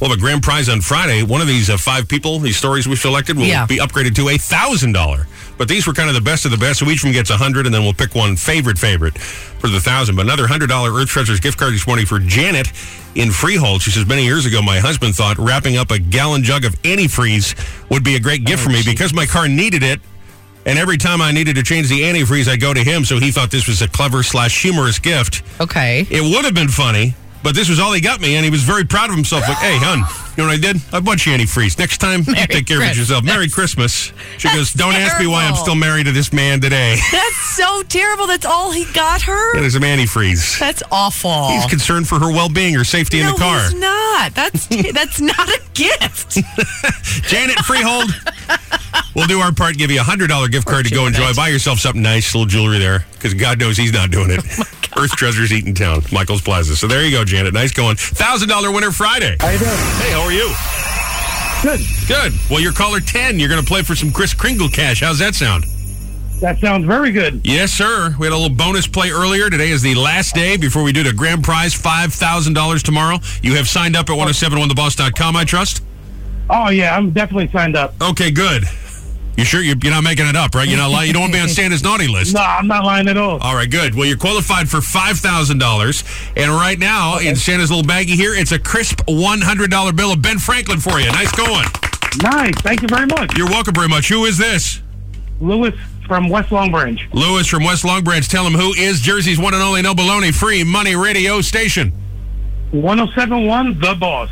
We'll have a grand prize on Friday. One of these uh, five people, these stories we selected, will Yeah. be upgraded to a thousand dollar. But these were kind of the best of the best. So each one gets a hundred, and then we'll pick one favorite favorite for the thousand. But another hundred dollar Earth Treasures gift card this morning for Janet in Freehold. She says many years ago, my husband thought wrapping up a gallon jug of antifreeze would be a great gift for me because my car needed it. And every time I needed to change the antifreeze, I'd go to him. So he thought this was a clever slash humorous gift. Okay. It would have been funny, but this was all he got me, and he was very proud of himself. Like, hey, hun, you know what I did? I bought you antifreeze. Next time, you Merry take care of it Christmas. yourself. Merry Christmas. She goes, don't ask me why I'm terrible. still married to this man today. That's so terrible. That's all he got her. It is some antifreeze. That's awful. He's concerned for her well-being or safety in no, the car. he's not. That's that's not a gift. Janet Freehold. We'll do our part, give you a hundred dollar gift card to go enjoy. Buy yourself something nice, little jewelry there, because God knows he's not doing it. Earth Treasures Eaton Town, Michael's Plaza. So there you go, Janet. Nice going. Thousand dollar winner Friday. How you doing? Hey, how are you? Good. Good. Well, you're caller ten. You're going to play for some Chris Kringle cash. How's that sound? That sounds very good. Yes, sir. We had a little bonus play earlier. Today is the last day before we do the grand prize $5,000 tomorrow. You have signed up at 1071theboss.com, I trust? Oh, yeah, I'm definitely signed up. Okay, good. You sure you're, you're not making it up, right? You're not lying. You don't want to be on Santa's naughty list. No, Ah, I'm not lying at all. All right, good. Well, you're qualified for five thousand dollars, and right now in Santa's little baggie here, it's a crisp one hundred dollar bill of Ben Franklin for you. Nice going. Nice. Thank you very much. You're welcome very much. Who is this? Lewis from West Long Branch. Lewis from West Long Branch. Tell him who is Jersey's one and only no baloney free money radio station. 1071 The Boss.